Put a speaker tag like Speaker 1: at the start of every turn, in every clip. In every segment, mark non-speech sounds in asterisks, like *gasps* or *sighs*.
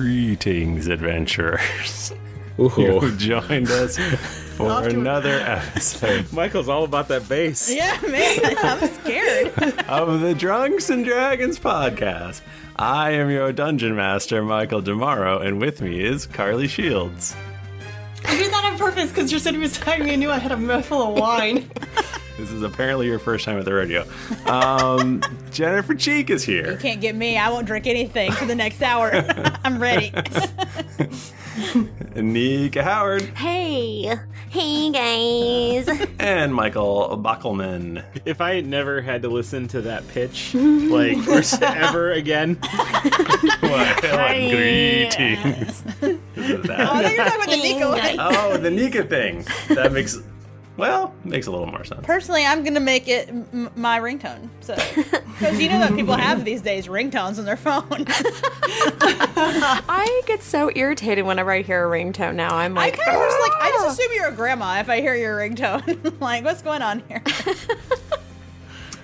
Speaker 1: Greetings, adventurers. You've joined
Speaker 2: *laughs*
Speaker 1: us for another episode
Speaker 2: Michael's all about that
Speaker 1: *laughs*
Speaker 2: bass.
Speaker 3: *laughs* Yeah, man, I'm *laughs* scared.
Speaker 1: of the Drunks and Dragons podcast. I am your dungeon master, Michael Demaro, and with me is Carly Shields.
Speaker 3: I did that on purpose because you're sitting beside me and knew I had a mouthful of
Speaker 1: *laughs*
Speaker 3: wine.
Speaker 1: This is apparently your first time at the
Speaker 2: *laughs*
Speaker 1: rodeo. Um, Jennifer Cheek is here.
Speaker 3: Can't get me. I won't drink anything for the next hour. *laughs* I'm ready.
Speaker 1: Nika Howard
Speaker 4: Hey, hey guys.
Speaker 1: and Michael Bockelman.
Speaker 2: If I never had to listen to that
Speaker 1: *laughs*
Speaker 2: pitch, like, or s- *laughs* ever again,
Speaker 1: Hello, greetings. This is
Speaker 3: I
Speaker 1: that.
Speaker 3: thought you were talking about the Nico one.
Speaker 1: Oh, the Nika thing. That makes, well, makes a little more sense.
Speaker 3: Personally, I'm gonna make it m- m- my ringtone. So, because you know that people have these days ringtones on their phone.
Speaker 4: *laughs* I get so irritated whenever I hear a ringtone now. I'm
Speaker 3: I
Speaker 4: like, "Ah,
Speaker 3: kind of just like I just assume you're a grandma if I hear your ringtone. *laughs* like, what's going on here?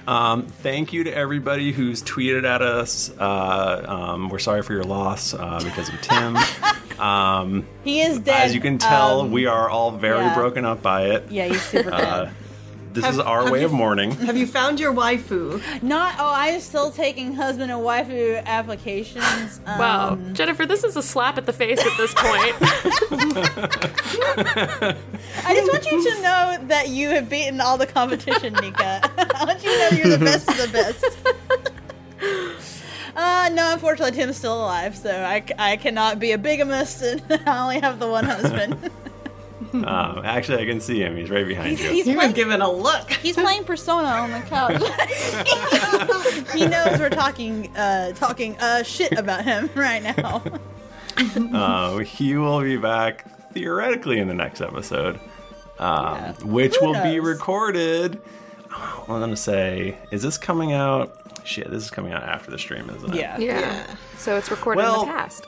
Speaker 1: Um, thank you to everybody who's tweeted at us. Uh, um, we're sorry for your loss uh, because of Tim.
Speaker 3: *laughs*
Speaker 1: um,
Speaker 3: He is dead.
Speaker 1: as you can tell,
Speaker 3: Um,
Speaker 1: we are all very
Speaker 3: yeah.
Speaker 1: broken up by it. Uh,
Speaker 3: yeah, he's super dead.
Speaker 1: This is our way of
Speaker 3: *laughs*
Speaker 1: mourning.
Speaker 5: Have you found your waifu?
Speaker 3: Not. Oh, I'm still taking husband and waifu applications. Um,
Speaker 4: wow, Jennifer, this is a slap at the face at this point.
Speaker 3: I just want you to know that you have beaten all the competition, Nika. *laughs* I want you to know you're the best of the *laughs* best. Uh, no, unfortunately, Tim's still alive, so I, c- I cannot be a bigamist, and *laughs* I only have the one husband.
Speaker 1: Um, actually, I can see him. He's right behind
Speaker 3: He's,
Speaker 1: you.
Speaker 3: he's
Speaker 5: He was
Speaker 3: playing,
Speaker 5: given a look.
Speaker 3: *laughs* he's playing Persona on the couch. *laughs* he knows we're talking uh, talking uh, shit about him *laughs* right now.
Speaker 1: Um, he will be back theoretically in the next episode, um,
Speaker 3: Yeah.
Speaker 1: which
Speaker 3: Who
Speaker 1: will be
Speaker 3: knows?
Speaker 1: recorded. I'm gonna say, is this coming out? Shit, this is coming out after the stream, isn't it?
Speaker 3: *laughs* Yeah,
Speaker 4: yeah. So it's recorded
Speaker 1: Well-
Speaker 4: in the past.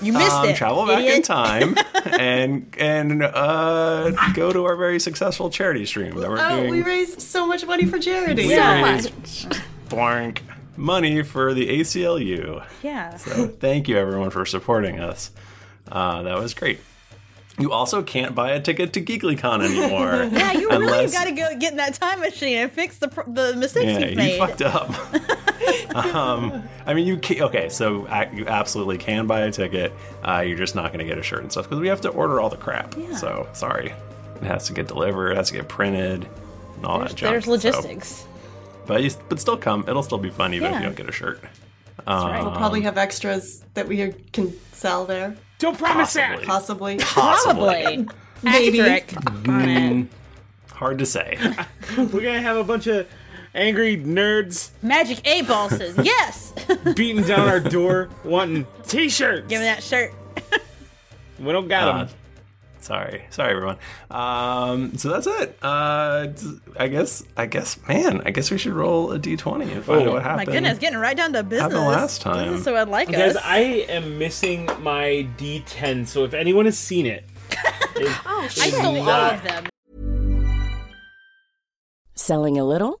Speaker 3: you missed
Speaker 1: um,
Speaker 3: it.
Speaker 1: travel back in
Speaker 3: idiot. *laughs*
Speaker 1: time and and uh, go to our very successful charity stream that we're
Speaker 5: Oh,
Speaker 1: doing.
Speaker 5: we raised so much money for charity.
Speaker 1: We
Speaker 3: Yeah.
Speaker 1: raised blank money for the ACLU.
Speaker 3: Yeah.
Speaker 1: So thank you everyone for supporting us. Uh, that was great. You also can't buy a ticket to GeeklyCon anymore.
Speaker 3: *laughs* Yeah, you really
Speaker 1: unless-
Speaker 3: got to go get in that time machine and fix the pr- the mistakes
Speaker 1: Yeah,
Speaker 3: you've
Speaker 1: you
Speaker 3: made.
Speaker 1: fucked up. *laughs* um, I mean, you can, okay? So a- you absolutely can buy a ticket. Uh, you're just not going to get a shirt and stuff because we have to order all the crap. So sorry, it has to get delivered, it has to get printed, and all that junk.
Speaker 3: There's
Speaker 1: so-
Speaker 3: logistics.
Speaker 1: but you, but still come. It'll still be fun even if
Speaker 3: Yeah.
Speaker 1: you don't get a shirt. Um,
Speaker 5: We'll probably have extras that we can sell there,
Speaker 2: don't promise that.
Speaker 5: possibly.
Speaker 1: Possibly.
Speaker 5: Maybe.
Speaker 3: Asterisk on it.
Speaker 1: Hard to say.
Speaker 2: *laughs* We're gonna have a bunch of angry nerds
Speaker 3: Magic eight ball
Speaker 2: *laughs*
Speaker 3: says yes. Give
Speaker 2: beating down our door wanting t-shirts.
Speaker 3: me that shirt.
Speaker 2: We don't got
Speaker 1: Uh,
Speaker 2: them.
Speaker 1: sorry, sorry everyone. Um, so that's it. Uh, d- I guess I guess man, I guess we should roll a d20 and find out
Speaker 2: Oh.
Speaker 1: what
Speaker 3: My
Speaker 1: happened.
Speaker 3: goodness, getting right down to business.
Speaker 1: last time.
Speaker 3: This is so unlike
Speaker 2: Guys,
Speaker 3: us.
Speaker 2: I am missing my D10, so if anyone has seen it, it-
Speaker 4: Oh,
Speaker 3: I
Speaker 4: shit.
Speaker 3: stole all of them. *laughs*
Speaker 6: Selling a little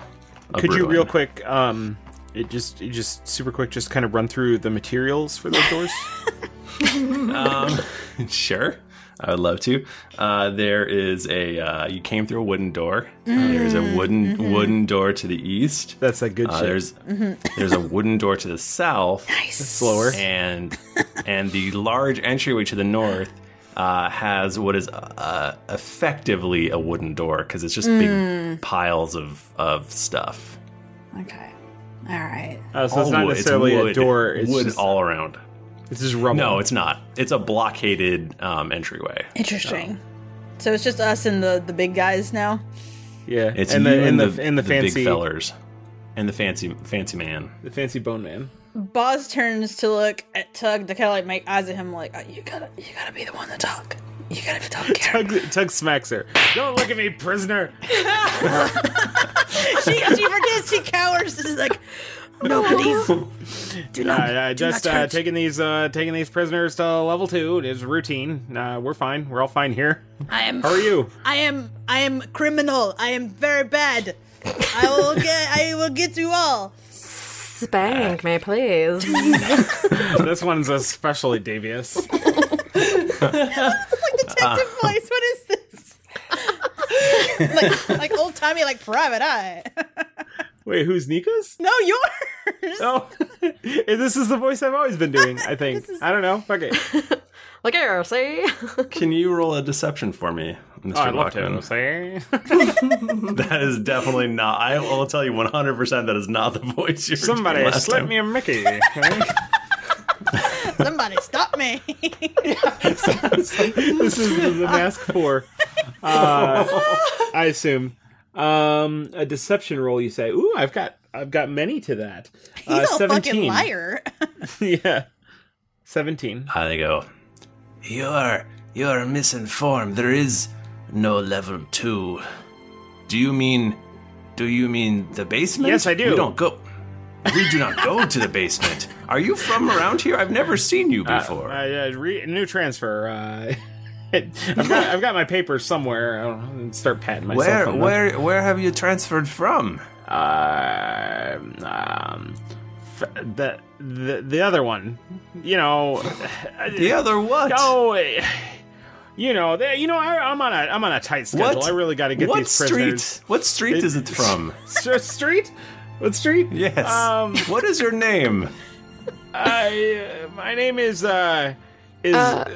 Speaker 1: a
Speaker 2: Could you
Speaker 1: brewing.
Speaker 2: real quick um it just it just super quick just kind of run through the materials for those *laughs* doors? Oh,
Speaker 1: um, *laughs* sure, I would love to. Uh, there is a uh, you came through a wooden door. Uh, there's a
Speaker 7: Mm,
Speaker 1: wooden
Speaker 7: mhm.
Speaker 1: wooden door to the east.
Speaker 2: That's a good
Speaker 1: uh,
Speaker 2: shit.
Speaker 1: There's
Speaker 7: Mhm.
Speaker 3: Mm-hmm.
Speaker 1: there's a wooden door to the south. Nice,
Speaker 2: slower.
Speaker 1: And and the large entryway to the north uh, has what is uh, effectively a wooden door because it's just
Speaker 3: Mm.
Speaker 1: big piles of of stuff.
Speaker 3: Okay. All right.
Speaker 2: Oh, so it's
Speaker 1: All
Speaker 2: not
Speaker 1: wood.
Speaker 2: necessarily a
Speaker 1: wood.
Speaker 2: door, it's
Speaker 1: wood
Speaker 2: just-
Speaker 1: all around.
Speaker 2: It's just rubble.
Speaker 1: No, it's not. It's a blockaded um, entryway.
Speaker 3: Interesting. So it's just us and the the big guys now.
Speaker 2: Yeah,
Speaker 1: it's
Speaker 2: and
Speaker 1: and the and
Speaker 2: the- and the-
Speaker 1: the,
Speaker 2: and the fancy-
Speaker 1: big fellers, and the fancy fancy man.
Speaker 2: The fancy bone man.
Speaker 3: Boz turns to look at Tug to kind of like make eyes at him, like oh, you gotta you gotta be the one to talk. You gotta talk.
Speaker 2: Tug, Tug smacks her. Don't look at me, prisoner.
Speaker 3: *laughs* she she forgets. She cowers. She's like, no, *laughs* please, do not.
Speaker 2: Uh, uh,
Speaker 3: do
Speaker 2: just
Speaker 3: not
Speaker 2: uh,
Speaker 3: touch."
Speaker 2: taking these uh, taking these prisoners to level two is routine. Uh, we're fine. We're all fine here.
Speaker 3: I am.
Speaker 2: How are
Speaker 3: *laughs*
Speaker 2: you? *laughs*
Speaker 3: I am. I am criminal. I am very bad. I *laughs* will get. I will get you *laughs* all.
Speaker 4: Spank me, *laughs* please.
Speaker 2: this one's especially devious.
Speaker 3: Detective
Speaker 2: Ah.
Speaker 3: voice. What is
Speaker 2: *laughs*
Speaker 3: this? like, like old timey, like private eye.
Speaker 2: Wait, who's Nika's?
Speaker 3: No, yours.
Speaker 2: Oh, *laughs* this is the voice I've always been doing. I think. I don't know.
Speaker 3: *laughs*
Speaker 2: Fuck it.
Speaker 4: Look here, see?
Speaker 1: Can you roll a deception for me, Mr.
Speaker 2: I'd Oh, love to,
Speaker 1: Lockman?
Speaker 2: *laughs* see?
Speaker 1: *laughs* that is definitely not. I will tell you 100 percent that is not the voice you. were doing
Speaker 2: Somebody
Speaker 1: last
Speaker 2: slip
Speaker 1: time.
Speaker 2: me a Mickey.
Speaker 3: Somebody
Speaker 2: *laughs*
Speaker 3: stop me.
Speaker 2: *laughs* this is the mask
Speaker 3: *laughs*
Speaker 2: for. Uh, I assume um, a deception roll. You say, "Ooh, I've got, I've got many to that." Uh,
Speaker 3: He's a fucking liar.
Speaker 2: *laughs* yeah, seventeen.
Speaker 1: How Ah, they go? You are you are misinformed. There is no level two. Do you mean? Do you mean the basement?
Speaker 2: Yes, I do.
Speaker 1: We don't go. We do not go to the basement. Are you from around here? I've never seen you
Speaker 2: Uh,
Speaker 1: before.
Speaker 2: I, I re- new transfer. Uh, *laughs* I've, got, I've got my papers somewhere. I don't know, start patting myself.
Speaker 1: Where-
Speaker 2: on them.
Speaker 1: where- where have you transferred from?
Speaker 2: Uh, um, f- the the the other one. You know,
Speaker 1: *sighs* The other what?
Speaker 2: Oh, eh, you know, they, you know, I, I'm on a I'm on a tight schedule.
Speaker 1: What?
Speaker 2: I really got to get
Speaker 1: What
Speaker 2: these
Speaker 1: street-
Speaker 2: prisoners.
Speaker 1: what street is it
Speaker 2: *laughs*
Speaker 1: from?
Speaker 2: St- street? What street?
Speaker 1: Yes.
Speaker 2: Um,
Speaker 1: what is your name?
Speaker 2: I, uh, my name is uh is
Speaker 4: Uh,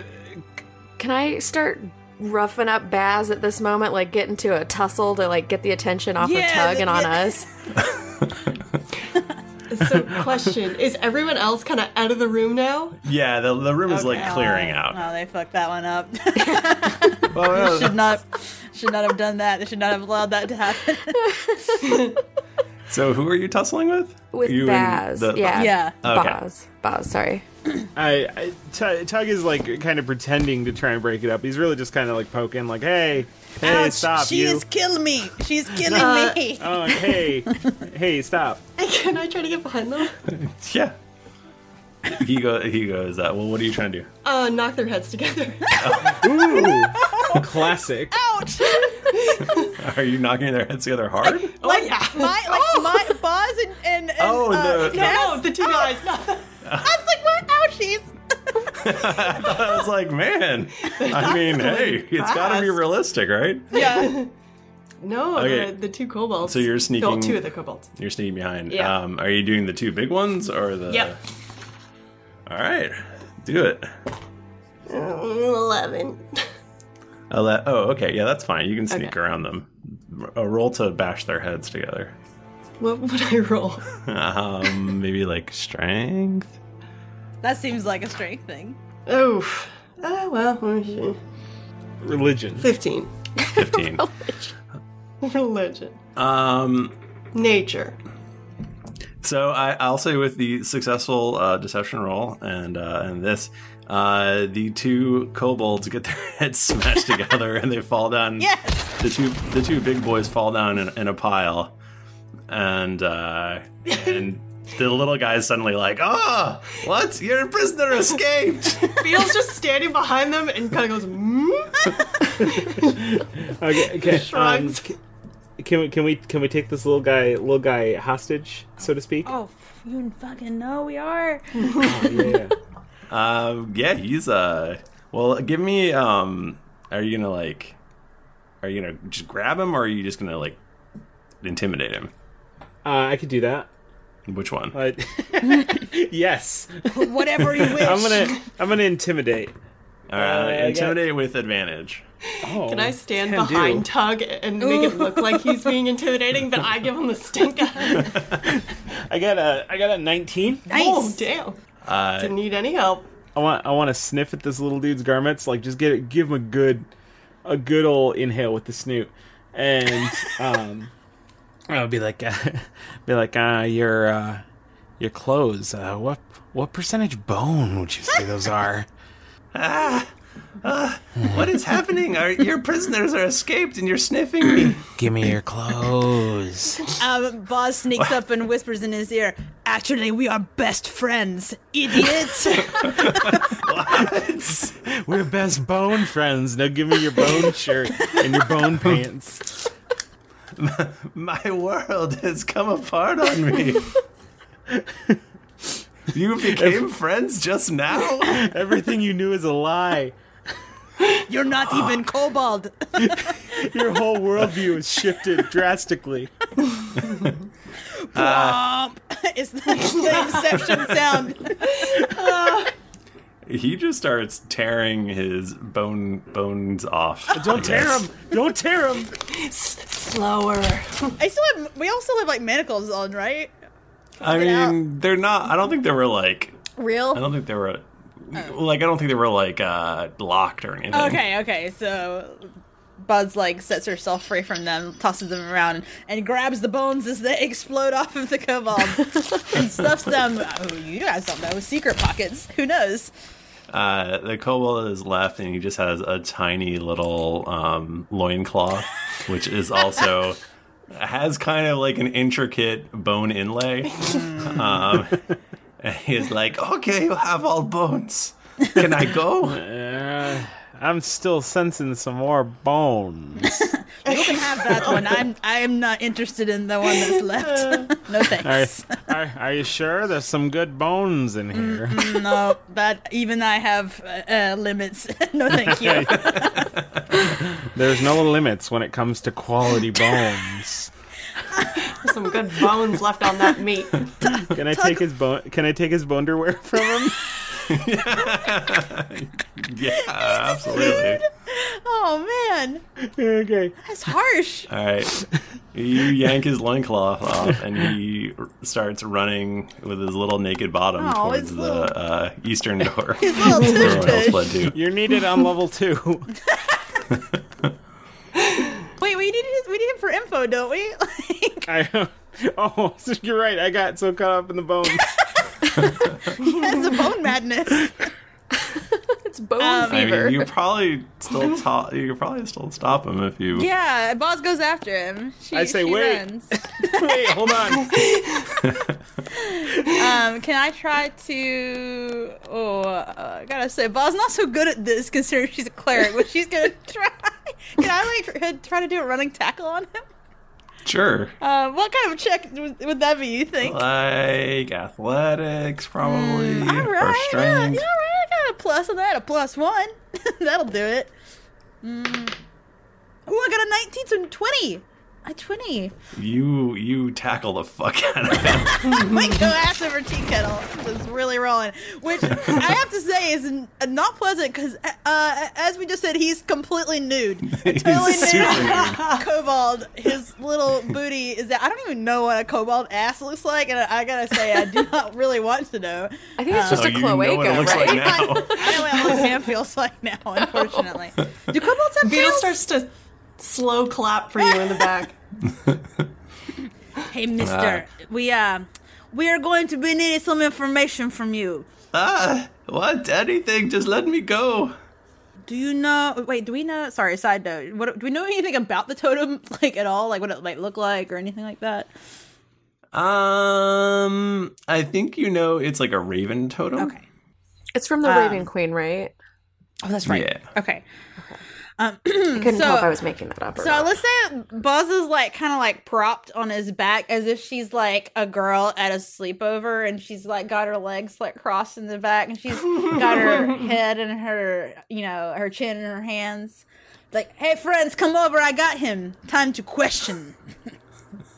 Speaker 4: Can I start roughing up Baz at this moment? Like, get into a tussle to, like, get the attention off
Speaker 5: Yeah,
Speaker 4: of Tug
Speaker 5: the-
Speaker 4: and on
Speaker 5: yeah.
Speaker 4: *laughs* us?
Speaker 5: So,
Speaker 1: *laughs*
Speaker 5: question is everyone else kind of out of the room now?
Speaker 1: Yeah, the, the room is like
Speaker 3: Okay.
Speaker 1: clearing out.
Speaker 3: *laughs* No, Oh, they fucked that one up.
Speaker 1: Well, uh,
Speaker 2: *laughs*
Speaker 3: should not should not have done that. They should not have allowed that to happen.
Speaker 1: So who are you tussling with?
Speaker 4: With
Speaker 1: you and
Speaker 4: Baz. yeah.
Speaker 3: Yeah.
Speaker 1: Okay.
Speaker 4: Baz. Baz, sorry.
Speaker 2: I, I Tug Tug is like kind of pretending to try and break it up. He's really just kind of like poking, like, "Hey, hey,
Speaker 3: Ouch,
Speaker 2: stop
Speaker 3: she
Speaker 2: you!
Speaker 3: is killing me. She's killing
Speaker 5: Uh,
Speaker 3: me.
Speaker 2: *laughs* oh, hey, hey, stop!"
Speaker 5: *laughs* Can I try to get behind them?
Speaker 1: Yeah. *laughs* He go. He goes. Uh, well, what are you trying to do?
Speaker 5: Uh, knock their heads together.
Speaker 1: *laughs* Ooh, *laughs*
Speaker 2: classic.
Speaker 3: Ouch!
Speaker 1: Are you knocking their heads together hard?
Speaker 5: oh yeah. *laughs*
Speaker 3: My like my Boz and and, and
Speaker 1: Oh,
Speaker 3: uh,
Speaker 1: the-
Speaker 5: No,
Speaker 3: Cass-
Speaker 5: no, the two guys. No.
Speaker 3: *laughs* I was like, what? Ouch! She's
Speaker 1: I thought I was like, man. I mean, hey, it's got to be
Speaker 5: fast.
Speaker 1: realistic, right? *laughs*
Speaker 3: yeah.
Speaker 5: No,
Speaker 1: Okay.
Speaker 5: the, the two kobolds.
Speaker 1: So you're sneaking-
Speaker 5: No, two of the kobolds.
Speaker 1: You're sneaking behind.
Speaker 5: Yeah.
Speaker 1: Um, are you doing the two big ones or the?
Speaker 5: Yep.
Speaker 1: All right, do it.
Speaker 5: Eleven.
Speaker 1: I'll let- oh, okay. Yeah, that's fine. You can sneak
Speaker 5: Okay.
Speaker 1: around them. A roll to bash their heads together. *laughs*
Speaker 5: What would I roll?
Speaker 1: Um, maybe like strength.
Speaker 3: That seems like a strength thing.
Speaker 5: Oof. Oh well. let me see.
Speaker 2: Religion.
Speaker 5: Fifteen. *laughs*
Speaker 1: Fifteen.
Speaker 5: Religion.
Speaker 1: um.
Speaker 5: Nature.
Speaker 1: So I, I'll say with the successful uh, deception roll and uh, and this, uh, the two kobolds get their *laughs* heads smashed together and they fall
Speaker 8: *laughs*
Speaker 1: down.
Speaker 3: Yes.
Speaker 1: The two the two big boys fall down in, in a pile, and
Speaker 2: *laughs*
Speaker 1: uh, and the little guy's suddenly like, "Ah, what? Your prisoner escaped!"
Speaker 5: *laughs* Beale's just standing behind them and kind of goes, mm?
Speaker 2: Okay,
Speaker 3: *laughs*
Speaker 2: okay. Um,
Speaker 5: Shrugs.
Speaker 2: c- can we can we can we take this little guy little guy hostage, so to speak?
Speaker 3: Oh, f- you fucking know
Speaker 5: *laughs*
Speaker 3: we are.
Speaker 2: yeah.
Speaker 1: Um, yeah, he's uh. Well, give me. Um, are you gonna like? Are you gonna just grab him, or are you just gonna like intimidate him?
Speaker 2: Uh, I could do that.
Speaker 1: Which one?
Speaker 2: But *laughs* yes,
Speaker 3: Whatever you wish.
Speaker 2: *laughs* I'm gonna *laughs* I'm gonna intimidate.
Speaker 1: All right,
Speaker 2: Uh,
Speaker 1: intimidate with advantage.
Speaker 2: Oh,
Speaker 5: Can I stand
Speaker 2: can do.
Speaker 5: behind Tug and make it look like he's
Speaker 1: *laughs*
Speaker 5: being intimidating, but I give him the stink eye?
Speaker 2: I got a I got a 19.
Speaker 5: Oh, damn.
Speaker 1: Uh,
Speaker 5: Didn't need any help.
Speaker 2: I want I want to sniff at this little dude's garments. Like just get it, give him a good, a good old inhale with the snoot, *laughs* and um, I'll be like, uh, *laughs* be like, uh, your uh, your clothes. Uh, what what percentage bone would you say those *laughs* are?
Speaker 1: ah, What is happening? Are your prisoners are escaped, and you're sniffing me?
Speaker 2: Give me your clothes.
Speaker 3: Um, Boz sneaks up and whispers in his ear, Actually, we are best friends,
Speaker 5: *laughs*
Speaker 3: idiots.
Speaker 2: *laughs* We're best bone friends. Now give me your bone *laughs* shirt and your bone pants.
Speaker 1: My *laughs* world has come apart on *laughs* me. you became friends just now.
Speaker 2: *laughs* Everything you knew is a lie.
Speaker 3: You're not even kobold.
Speaker 2: Your whole worldview has shifted drastically.
Speaker 1: Uh,
Speaker 5: Uh.
Speaker 3: *laughs* it's the, the inception sound.
Speaker 5: *laughs*
Speaker 1: He just starts tearing his bone bones off. I
Speaker 2: *laughs* Don't tear
Speaker 1: guess.
Speaker 2: him! Don't tear him!
Speaker 5: Slower.
Speaker 3: I still have, we all still have like manacles on, right?
Speaker 1: I
Speaker 3: it
Speaker 1: mean, they're not. I don't think they were like. I
Speaker 3: Real?
Speaker 1: don't think they were. Like I don't think they were like uh, locked or anything.
Speaker 3: Okay, okay, so Buzz like sets herself free from them, tosses them around, and, grabs the bones as they *laughs* explode off of the kobold and stuffs them. Oh, you guys don't know. Secret pockets. Who knows?
Speaker 1: Uh, the kobold is left, and he just has a tiny little um, loincloth, which is
Speaker 3: *laughs*
Speaker 1: also has kind of like an intricate bone inlay.
Speaker 3: Mm.
Speaker 1: um, and he's like, "Oh, "Okay, you have all bones. Can I go?"
Speaker 2: *laughs* Uh, I'm still sensing some more bones.
Speaker 1: *laughs*
Speaker 3: You can have that one. I'm I am not interested in the one that's *laughs* left. no
Speaker 2: Are,
Speaker 3: thanks.
Speaker 2: are, are you sure? There's some good bones in here.
Speaker 3: Mm, No, that even I have uh, uh, limits. *laughs* no, thank
Speaker 1: *laughs*
Speaker 3: you.
Speaker 2: There's no limits when it comes
Speaker 1: *laughs*
Speaker 2: to quality bones.
Speaker 5: Some good bones left on that meat.
Speaker 2: Can I take his bone? Can I take his bonderwear from
Speaker 1: *laughs*
Speaker 2: him? *laughs*
Speaker 1: Yeah, absolutely.
Speaker 3: Oh man,
Speaker 2: okay.
Speaker 3: that's harsh.
Speaker 1: All right. You yank his loincloth off, and he r- starts running with his little naked bottom
Speaker 3: Aw,
Speaker 1: towards
Speaker 3: his
Speaker 1: the
Speaker 3: Oh, little-
Speaker 1: uh, eastern
Speaker 3: *laughs*
Speaker 1: door.
Speaker 3: Little tush
Speaker 1: Everyone else
Speaker 3: tush.
Speaker 1: fled too.
Speaker 2: You're needed on level two.
Speaker 3: Wait, we need his, we need him for info, don't we? Like,
Speaker 2: I, *laughs* Oh, *laughs* so you're right. I got so caught up in the bones.
Speaker 3: *laughs* he has
Speaker 1: *laughs*
Speaker 3: a bone madness.
Speaker 4: *laughs*
Speaker 3: Um,
Speaker 4: it's bone
Speaker 1: I mean,
Speaker 4: *laughs*
Speaker 1: you probably still ta- you could probably still stop him if you.
Speaker 3: yeah, Boz goes after him. She,
Speaker 1: I say,
Speaker 3: she
Speaker 1: "Wait." *laughs*
Speaker 3: runs.
Speaker 2: Wait, hold on.
Speaker 3: um, can I try to? Oh, uh, I gotta say, Boz not so good at this considering she's a cleric, but she's gonna *laughs* try. Can I like tr- try to do a running tackle on him?
Speaker 1: Sure.
Speaker 3: Uh, what kind of check would, would that be? You think?
Speaker 1: Like athletics, probably
Speaker 3: *laughs*
Speaker 1: or
Speaker 3: Mm, Yeah,
Speaker 1: strength.
Speaker 3: yeah, right. I got a plus on that, a plus one. *laughs* That'll do it. Mm. Oh, I got a 19, so 20. A *laughs* 20.
Speaker 1: You you tackle the fuck out of him. *laughs*
Speaker 3: we go ass over tea kettle. Just really rolling. Which I have to say is n- not pleasant because, uh, as we just said, he's
Speaker 1: *laughs*
Speaker 3: completely nude. Totally
Speaker 1: He's
Speaker 3: nude.
Speaker 1: super nude.
Speaker 3: *laughs* Kobold. His little booty is that. I don't even know what a kobold ass looks like, and I, I gotta say, I do *laughs* not really want to know. Uh,
Speaker 4: I think it's just
Speaker 3: Oh,
Speaker 1: So Oh,
Speaker 4: a
Speaker 1: you know what it
Speaker 4: cloaca,
Speaker 1: looks like
Speaker 4: right?
Speaker 1: now.
Speaker 3: I know what Alex Ham *laughs* feels like now, unfortunately. Do kobolds have
Speaker 5: Beetle
Speaker 3: tails?
Speaker 5: starts to slow clap for you in the back.
Speaker 3: Hey, mister, we uh, we are going to be needing some information from you.
Speaker 1: ah, what? Anything? Just let me go.
Speaker 3: Do you know? Wait, do we know? Sorry, side note. What do we know anything about the totem, *laughs* like at all? Like what it might look like or anything like that?
Speaker 1: Um, I think you know it's like a raven totem. Okay.
Speaker 4: *laughs* It's from the
Speaker 3: Um,
Speaker 4: Raven Queen, right?
Speaker 3: Oh, that's right.
Speaker 1: Yeah.
Speaker 3: Okay. Um,
Speaker 4: I *clears throat* couldn't
Speaker 3: so-
Speaker 4: tell if I was making that up. Or
Speaker 3: So
Speaker 4: not.
Speaker 3: let's say Buzz is like kind of like propped on his back as if she's like a girl at a sleepover and she's like got her legs like crossed in the back and she's got her head and her, you know, her chin in her hands. Like, hey, friends, come over. I got him. Time to question.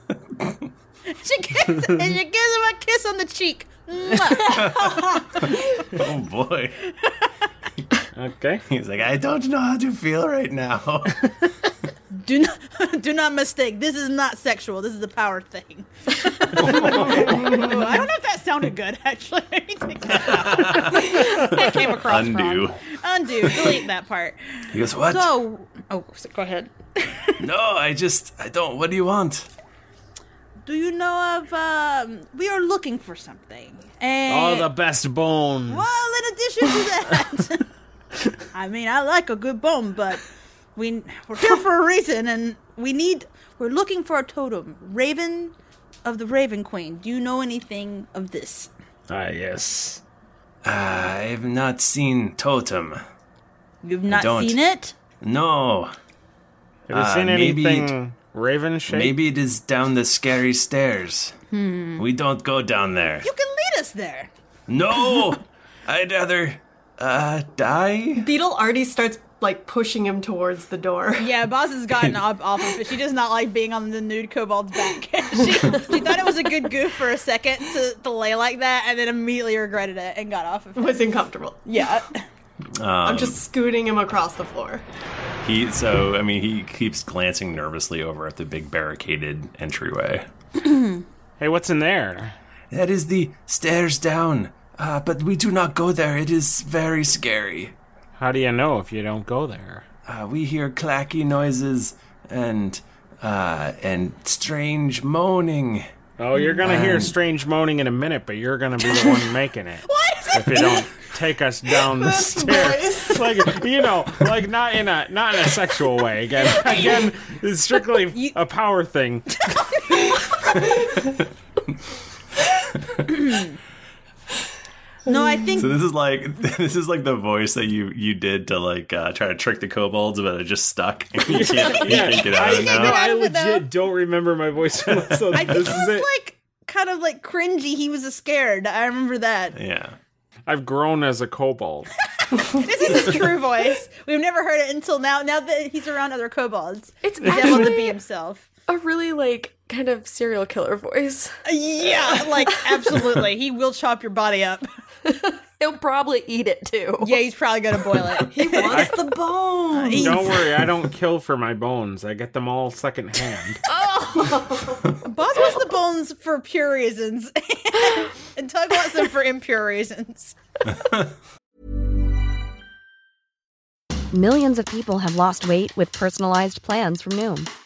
Speaker 3: she gives, and she gives him a kiss on the cheek. *laughs* Mwah.
Speaker 1: Oh boy.
Speaker 2: *laughs* okay.
Speaker 1: He's like, I don't know how to feel right now.
Speaker 3: *laughs* do not, *laughs* do not mistake. This is not sexual. This is a power thing. *laughs* Ooh, I don't know if that sounded good. *laughs* Actually, I need to take that out. That came across
Speaker 1: Undo.
Speaker 3: wrong. Undo. Delete that part.
Speaker 1: He goes, what?
Speaker 3: So, oh, so go ahead.
Speaker 1: No, I just, I don't. What do you want?
Speaker 3: Do you know of? Um, we are looking for something.
Speaker 2: All
Speaker 1: Eh.
Speaker 3: And
Speaker 2: the best bones.
Speaker 3: well, in addition to that, *laughs* I mean, I like a good bone, but we we're here for a reason, and we need. We're looking for a totem, Raven of the Raven Queen. Do you know anything of this?
Speaker 2: Ah, yes.
Speaker 1: I have Uh, not seen totem.
Speaker 3: You've not
Speaker 1: don't.
Speaker 3: seen it.
Speaker 1: No.
Speaker 2: Have you
Speaker 1: Uh,
Speaker 2: seen
Speaker 1: maybe-
Speaker 2: anything raven shaped?
Speaker 1: Maybe it is down the scary stairs.
Speaker 3: Hmm.
Speaker 1: We don't go down there.
Speaker 3: You can lead us there. *laughs*
Speaker 1: No! I'd rather uh die.
Speaker 5: Beetle already starts like pushing him towards the door.
Speaker 3: *laughs* Yeah, Boz
Speaker 1: *laughs*
Speaker 3: has gotten up off of it. She does not like being on the nude kobold's back. *laughs* she, she
Speaker 1: *laughs*
Speaker 3: thought it was a good goof for a second to, to lay like that, and then immediately regretted it and got off of it.
Speaker 5: Was uncomfortable.
Speaker 3: Yeah.
Speaker 1: Um,
Speaker 5: I'm just scooting him across the floor.
Speaker 1: he. So I mean, he keeps glancing nervously over at the big barricaded entryway.
Speaker 2: hey, what's in there?
Speaker 1: That is the stairs down. Uh, but we do not go there. It is very scary.
Speaker 2: How do you know if you don't go there?
Speaker 1: Uh, we hear clacky noises and uh, and strange moaning.
Speaker 2: Oh, you're gonna hear
Speaker 1: And-
Speaker 2: strange moaning in a minute, but you're gonna be
Speaker 1: *laughs*
Speaker 2: the one making it. If you don't take us down the stairs, like *laughs* you know, like not in a not in a sexual way. Again,
Speaker 1: *laughs*
Speaker 2: again, it's strictly a power thing.
Speaker 3: No, I think
Speaker 1: So this is like *laughs* this is like the voice that you you did to like uh, try to trick the kobolds, but it just stuck. And *laughs* you can't,
Speaker 2: *laughs*
Speaker 1: you can't get out of
Speaker 2: I,
Speaker 1: it
Speaker 2: no,
Speaker 1: now.
Speaker 2: I
Speaker 3: out of it, though.
Speaker 2: legit don't remember my voice. *laughs* So this
Speaker 3: I think he
Speaker 2: is
Speaker 3: was
Speaker 2: it.
Speaker 3: like kind of like cringy. He was scared. I remember that.
Speaker 1: Yeah.
Speaker 2: I've grown as
Speaker 1: *laughs*
Speaker 2: a kobold.
Speaker 3: This is his true voice. We've never heard it until now. Now that he's around other kobolds,
Speaker 4: it's
Speaker 3: he's able to be
Speaker 4: actually
Speaker 3: himself.
Speaker 4: a
Speaker 1: *laughs*
Speaker 4: really like kind of serial killer voice.
Speaker 3: Yeah,
Speaker 4: *laughs*
Speaker 3: like absolutely. He will chop your body up.
Speaker 4: He'll probably eat it too.
Speaker 3: Yeah, he's probably gonna boil it.
Speaker 5: He wants the bone.
Speaker 3: He's-
Speaker 2: Don't worry, I don't kill for my bones. I get them all secondhand.
Speaker 4: Oh.
Speaker 3: *laughs* Boz wants the bones for pure reasons, *laughs* and Tug wants them for impure reasons.
Speaker 9: Millions of people have lost weight with personalized plans from Noom,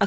Speaker 10: a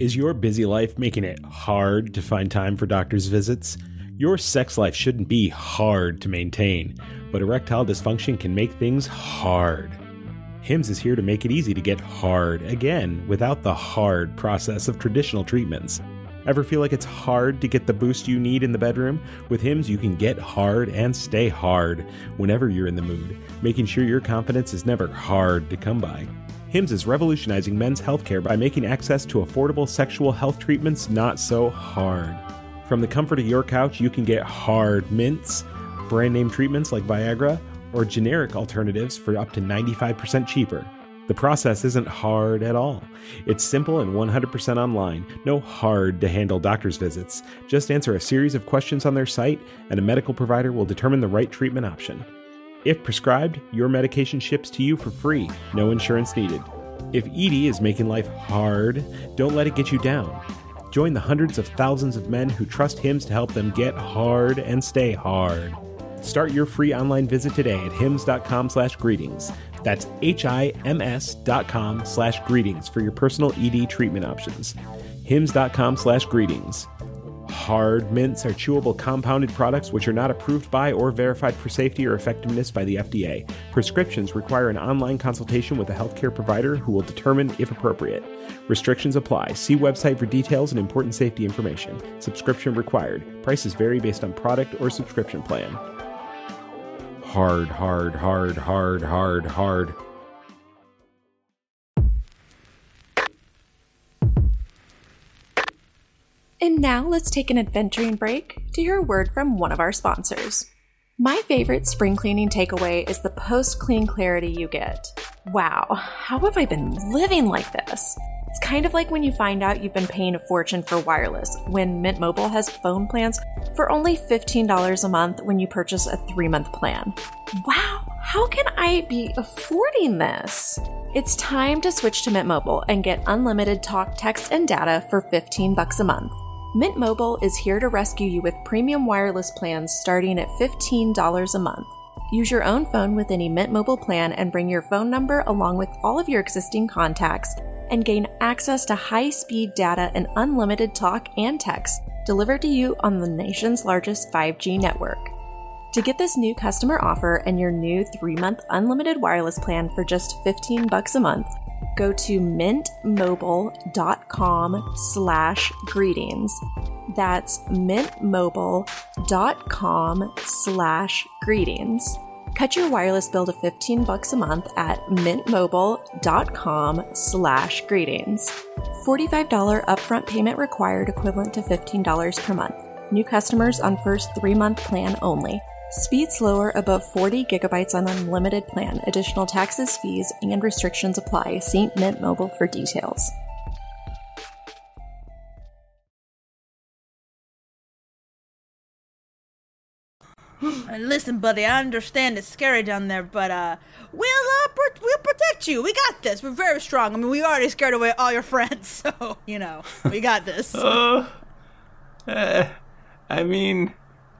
Speaker 2: Is your busy life making it hard to find time for doctor's visits? Your sex life shouldn't be hard to maintain, but erectile dysfunction can make things hard. HIMS is here to make it easy to get hard again without the hard process of traditional treatments. Ever feel like it's hard to get the boost you need in the bedroom? With HIMS, you can get hard and stay hard whenever you're in the mood, making sure your confidence is never hard to come by. HIMS is revolutionizing men's healthcare by making access to affordable sexual health treatments not so hard. From the comfort of your couch, you can get hard mints, brand name treatments like Viagra, or generic alternatives for up to 95% cheaper. The process isn't hard at all. It's simple and 100% online. No hard to handle doctor's visits. Just answer a series of questions on their site, and a medical provider will determine the right treatment option. If prescribed, your medication ships to you for free, no insurance needed. If ED is making life hard, don't let it get you down. Join the hundreds of thousands of men who trust HIMS to help them get hard and stay hard. Start your free online visit today at hims.com slash greetings. That's H-I-M-S dot com slash greetings for your personal ED treatment options. hims.com slash greetings. Hard mints are chewable compounded products which are not approved by or verified for safety or effectiveness by the FDA. Prescriptions require an online consultation with a healthcare provider who will determine if appropriate. Restrictions apply. See website for details and important safety information. Subscription required. Prices vary based on product or subscription plan. Hard, hard, hard, hard, hard, hard.
Speaker 11: And now let's take an adventuring break to hear a word from one of our sponsors. My favorite spring cleaning takeaway is the post clean clarity you get. Wow, how have I been living like this? It's kind of like when you find out you've been paying a fortune for wireless when Mint Mobile has phone plans for only $15 a month when you purchase a three month plan. Wow, how can I be affording this? It's time to switch to Mint Mobile and get unlimited talk, text, and data for 15 bucks a month. Mint Mobile is here to rescue you with premium wireless plans starting at $15 a month. Use your own phone with any Mint Mobile plan and bring your phone number along with all of your existing contacts and gain access to high speed data and unlimited talk and text delivered to you on the nation's largest 5G network. To get this new customer offer and your new 3-month unlimited wireless plan for just 15 bucks a month, go to mintmobile.com slash greetings. That's mintmobile.com slash greetings. Cut your wireless bill to 15 bucks a month at mintmobile.com slash greetings. $45 upfront payment required equivalent to $15 per month. New customers on first three-month plan only. Speed slower above 40 gigabytes on unlimited plan. Additional taxes, fees, and restrictions apply. See Mint Mobile for details.
Speaker 3: Listen, buddy, I understand it's scary down there, but uh, we'll uh, pr- we'll protect you. We got this. We're very strong. I mean, we already scared away all your friends, *laughs* so you know we got
Speaker 4: *laughs*
Speaker 3: this.
Speaker 1: *laughs* Uh, eh, I mean,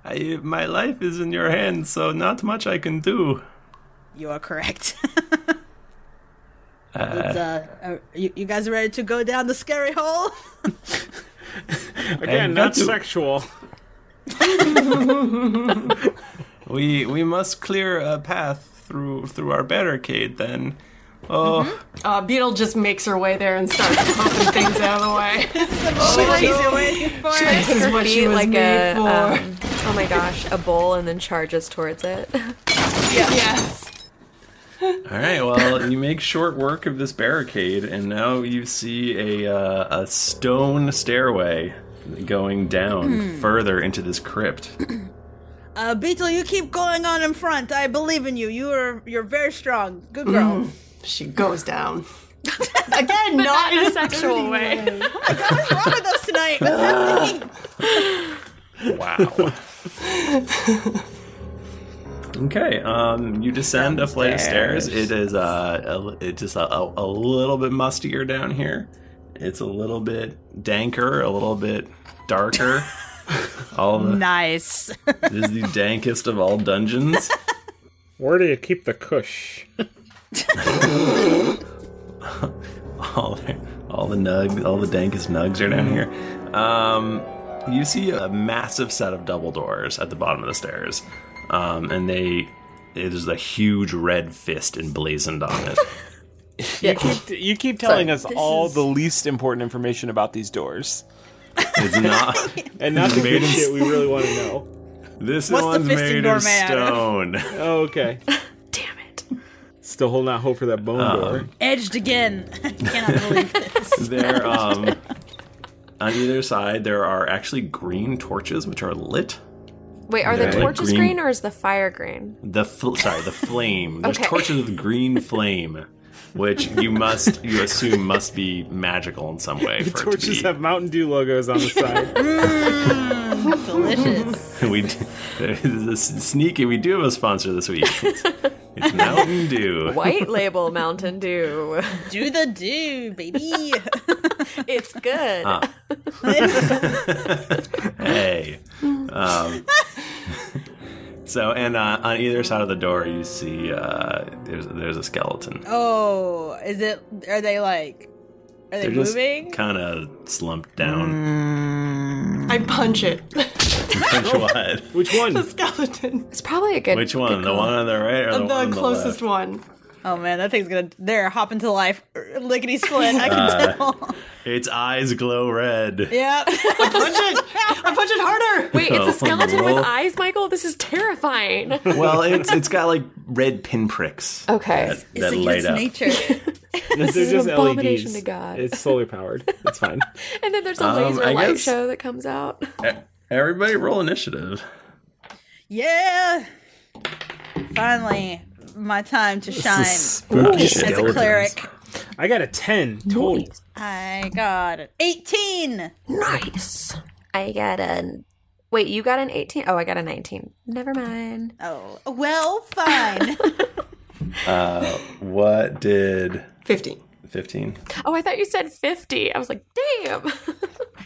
Speaker 1: I, my life is in your hands, so not much I can do.
Speaker 3: you are
Speaker 4: *laughs*
Speaker 3: correct.
Speaker 1: Uh,
Speaker 3: it's, uh, are- you, you guys ready to go down the scary
Speaker 4: *laughs*
Speaker 3: hole? *laughs*
Speaker 12: Again,
Speaker 1: And not
Speaker 12: not
Speaker 1: to-
Speaker 12: sexual.
Speaker 1: we we must clear a path through through our barricade. Then Oh,
Speaker 5: Uh, Beetle just makes her way there and starts pumping things out of the
Speaker 4: *laughs*
Speaker 5: way. *laughs*
Speaker 4: This is what
Speaker 5: she
Speaker 4: she
Speaker 5: was
Speaker 4: like
Speaker 5: made
Speaker 4: a
Speaker 5: for.
Speaker 4: um, oh my gosh, a bowl and then charges towards it.
Speaker 5: Yes.
Speaker 1: Mm-hmm. All right. Well, you make short work of this barricade, and now you see a uh, a stone stairway going down
Speaker 3: Hmm.
Speaker 1: further into this crypt.
Speaker 3: Uh, Beetle, you keep going on in front. I believe in you. You are you're very strong. Good girl.
Speaker 5: Mm-hmm. She goes down. *laughs* Again, not in a sexual way.
Speaker 3: What's wrong with us tonight? What's happening?
Speaker 1: Wow. okay. Um, you descend a flight of stairs. It is uh, a, it's just a, a, a little bit mustier down here. It's a little bit danker, a little bit *laughs* darker. All the,
Speaker 3: nice.
Speaker 1: This is the dankest of all dungeons.
Speaker 2: *laughs* Where do you keep the cush?
Speaker 1: *laughs* all the, all the nugs, all the dankest nugs are down here. Um, you see a massive set of double doors at the bottom of the stairs, um, and they it is a huge red fist emblazoned on it.
Speaker 2: You keep, you keep telling
Speaker 1: Sorry.
Speaker 2: us
Speaker 1: This
Speaker 2: all
Speaker 1: is-
Speaker 2: the least important information about these doors.
Speaker 1: It's not,
Speaker 2: *laughs* and not the
Speaker 1: Made
Speaker 2: good
Speaker 1: in-
Speaker 2: shit we really want to know.
Speaker 1: This What's the one's fist made of doorman? stone.
Speaker 2: *laughs* Oh,
Speaker 1: *laughs*
Speaker 2: okay. Damn it. *laughs* Still holding out hope for that bone
Speaker 1: Um,
Speaker 2: door.
Speaker 3: Edged again. I cannot believe this.
Speaker 1: *laughs* There, um, on either side, there are actually green torches which are lit.
Speaker 4: Wait, are
Speaker 1: Yeah.
Speaker 4: the torches
Speaker 1: Green-
Speaker 4: green. or is the
Speaker 1: *laughs*
Speaker 4: fire green?
Speaker 1: The fl- sorry, the
Speaker 2: *laughs*
Speaker 1: flame. There's
Speaker 4: Okay.
Speaker 1: torches with green flame, which you must you assume must be magical in some way.
Speaker 2: *laughs* The
Speaker 1: For it to
Speaker 2: torches
Speaker 1: be.
Speaker 2: have Mountain Dew logos on the side.
Speaker 3: Mmm,
Speaker 1: *laughs*
Speaker 3: Delicious.
Speaker 1: we d- this is sneaky. We do have a sponsor this week. It's, it's Mountain Dew. *laughs*
Speaker 4: White label Mountain Dew.
Speaker 3: Do the do, baby.
Speaker 4: *laughs* it's good.
Speaker 1: Ah. *laughs* hey. Um, *laughs* so, and uh, on either side of the door, you see uh, there's there's a skeleton.
Speaker 3: Oh, is it? Are they like? Are they
Speaker 1: They're just
Speaker 3: moving?
Speaker 1: kind of slumped down.
Speaker 5: I'd punch it. Mm.
Speaker 1: *laughs* Punch
Speaker 5: *laughs*
Speaker 1: what?
Speaker 2: Which one?
Speaker 5: The skeleton.
Speaker 4: It's probably a
Speaker 1: Which one? The one on the right or the,
Speaker 5: Of
Speaker 1: one on
Speaker 5: the
Speaker 1: the left?
Speaker 5: closest one.
Speaker 3: Oh man, that thing's gonna there hop into life, lickety
Speaker 1: *laughs*
Speaker 3: split. I can
Speaker 1: Uh,
Speaker 3: tell. *laughs*
Speaker 1: Its eyes glow red.
Speaker 3: Yeah,
Speaker 5: I punch it. I punch it harder.
Speaker 4: Wait, it's
Speaker 1: Oh,
Speaker 4: a skeleton
Speaker 1: roll.
Speaker 4: with eyes, Michael? This is terrifying.
Speaker 1: *laughs* Well, it's it's got like red pinpricks.
Speaker 4: Okay.
Speaker 1: That, that light up. *laughs*
Speaker 4: nature.
Speaker 2: They're
Speaker 4: This is an
Speaker 2: just
Speaker 4: abomination
Speaker 2: LEDs.
Speaker 4: to God.
Speaker 2: It's solar powered. It's fine.
Speaker 4: and then there's a
Speaker 1: Um,
Speaker 4: laser
Speaker 1: I
Speaker 4: light
Speaker 1: guess-
Speaker 4: show that comes out.
Speaker 1: E- Everybody roll initiative.
Speaker 3: yeah. Finally, my time to shine
Speaker 2: spooky
Speaker 3: as a
Speaker 2: skeletons.
Speaker 3: cleric.
Speaker 2: I got a 10 total.
Speaker 3: I got an eighteen.
Speaker 4: Nice. I got an. Wait, you got an 18? Oh, I got a 19. Never mind.
Speaker 3: Oh, well, fine.
Speaker 1: Uh, what did
Speaker 5: fifteen?
Speaker 1: Fifteen.
Speaker 4: *laughs* Oh, I thought you said 50. I was like, damn.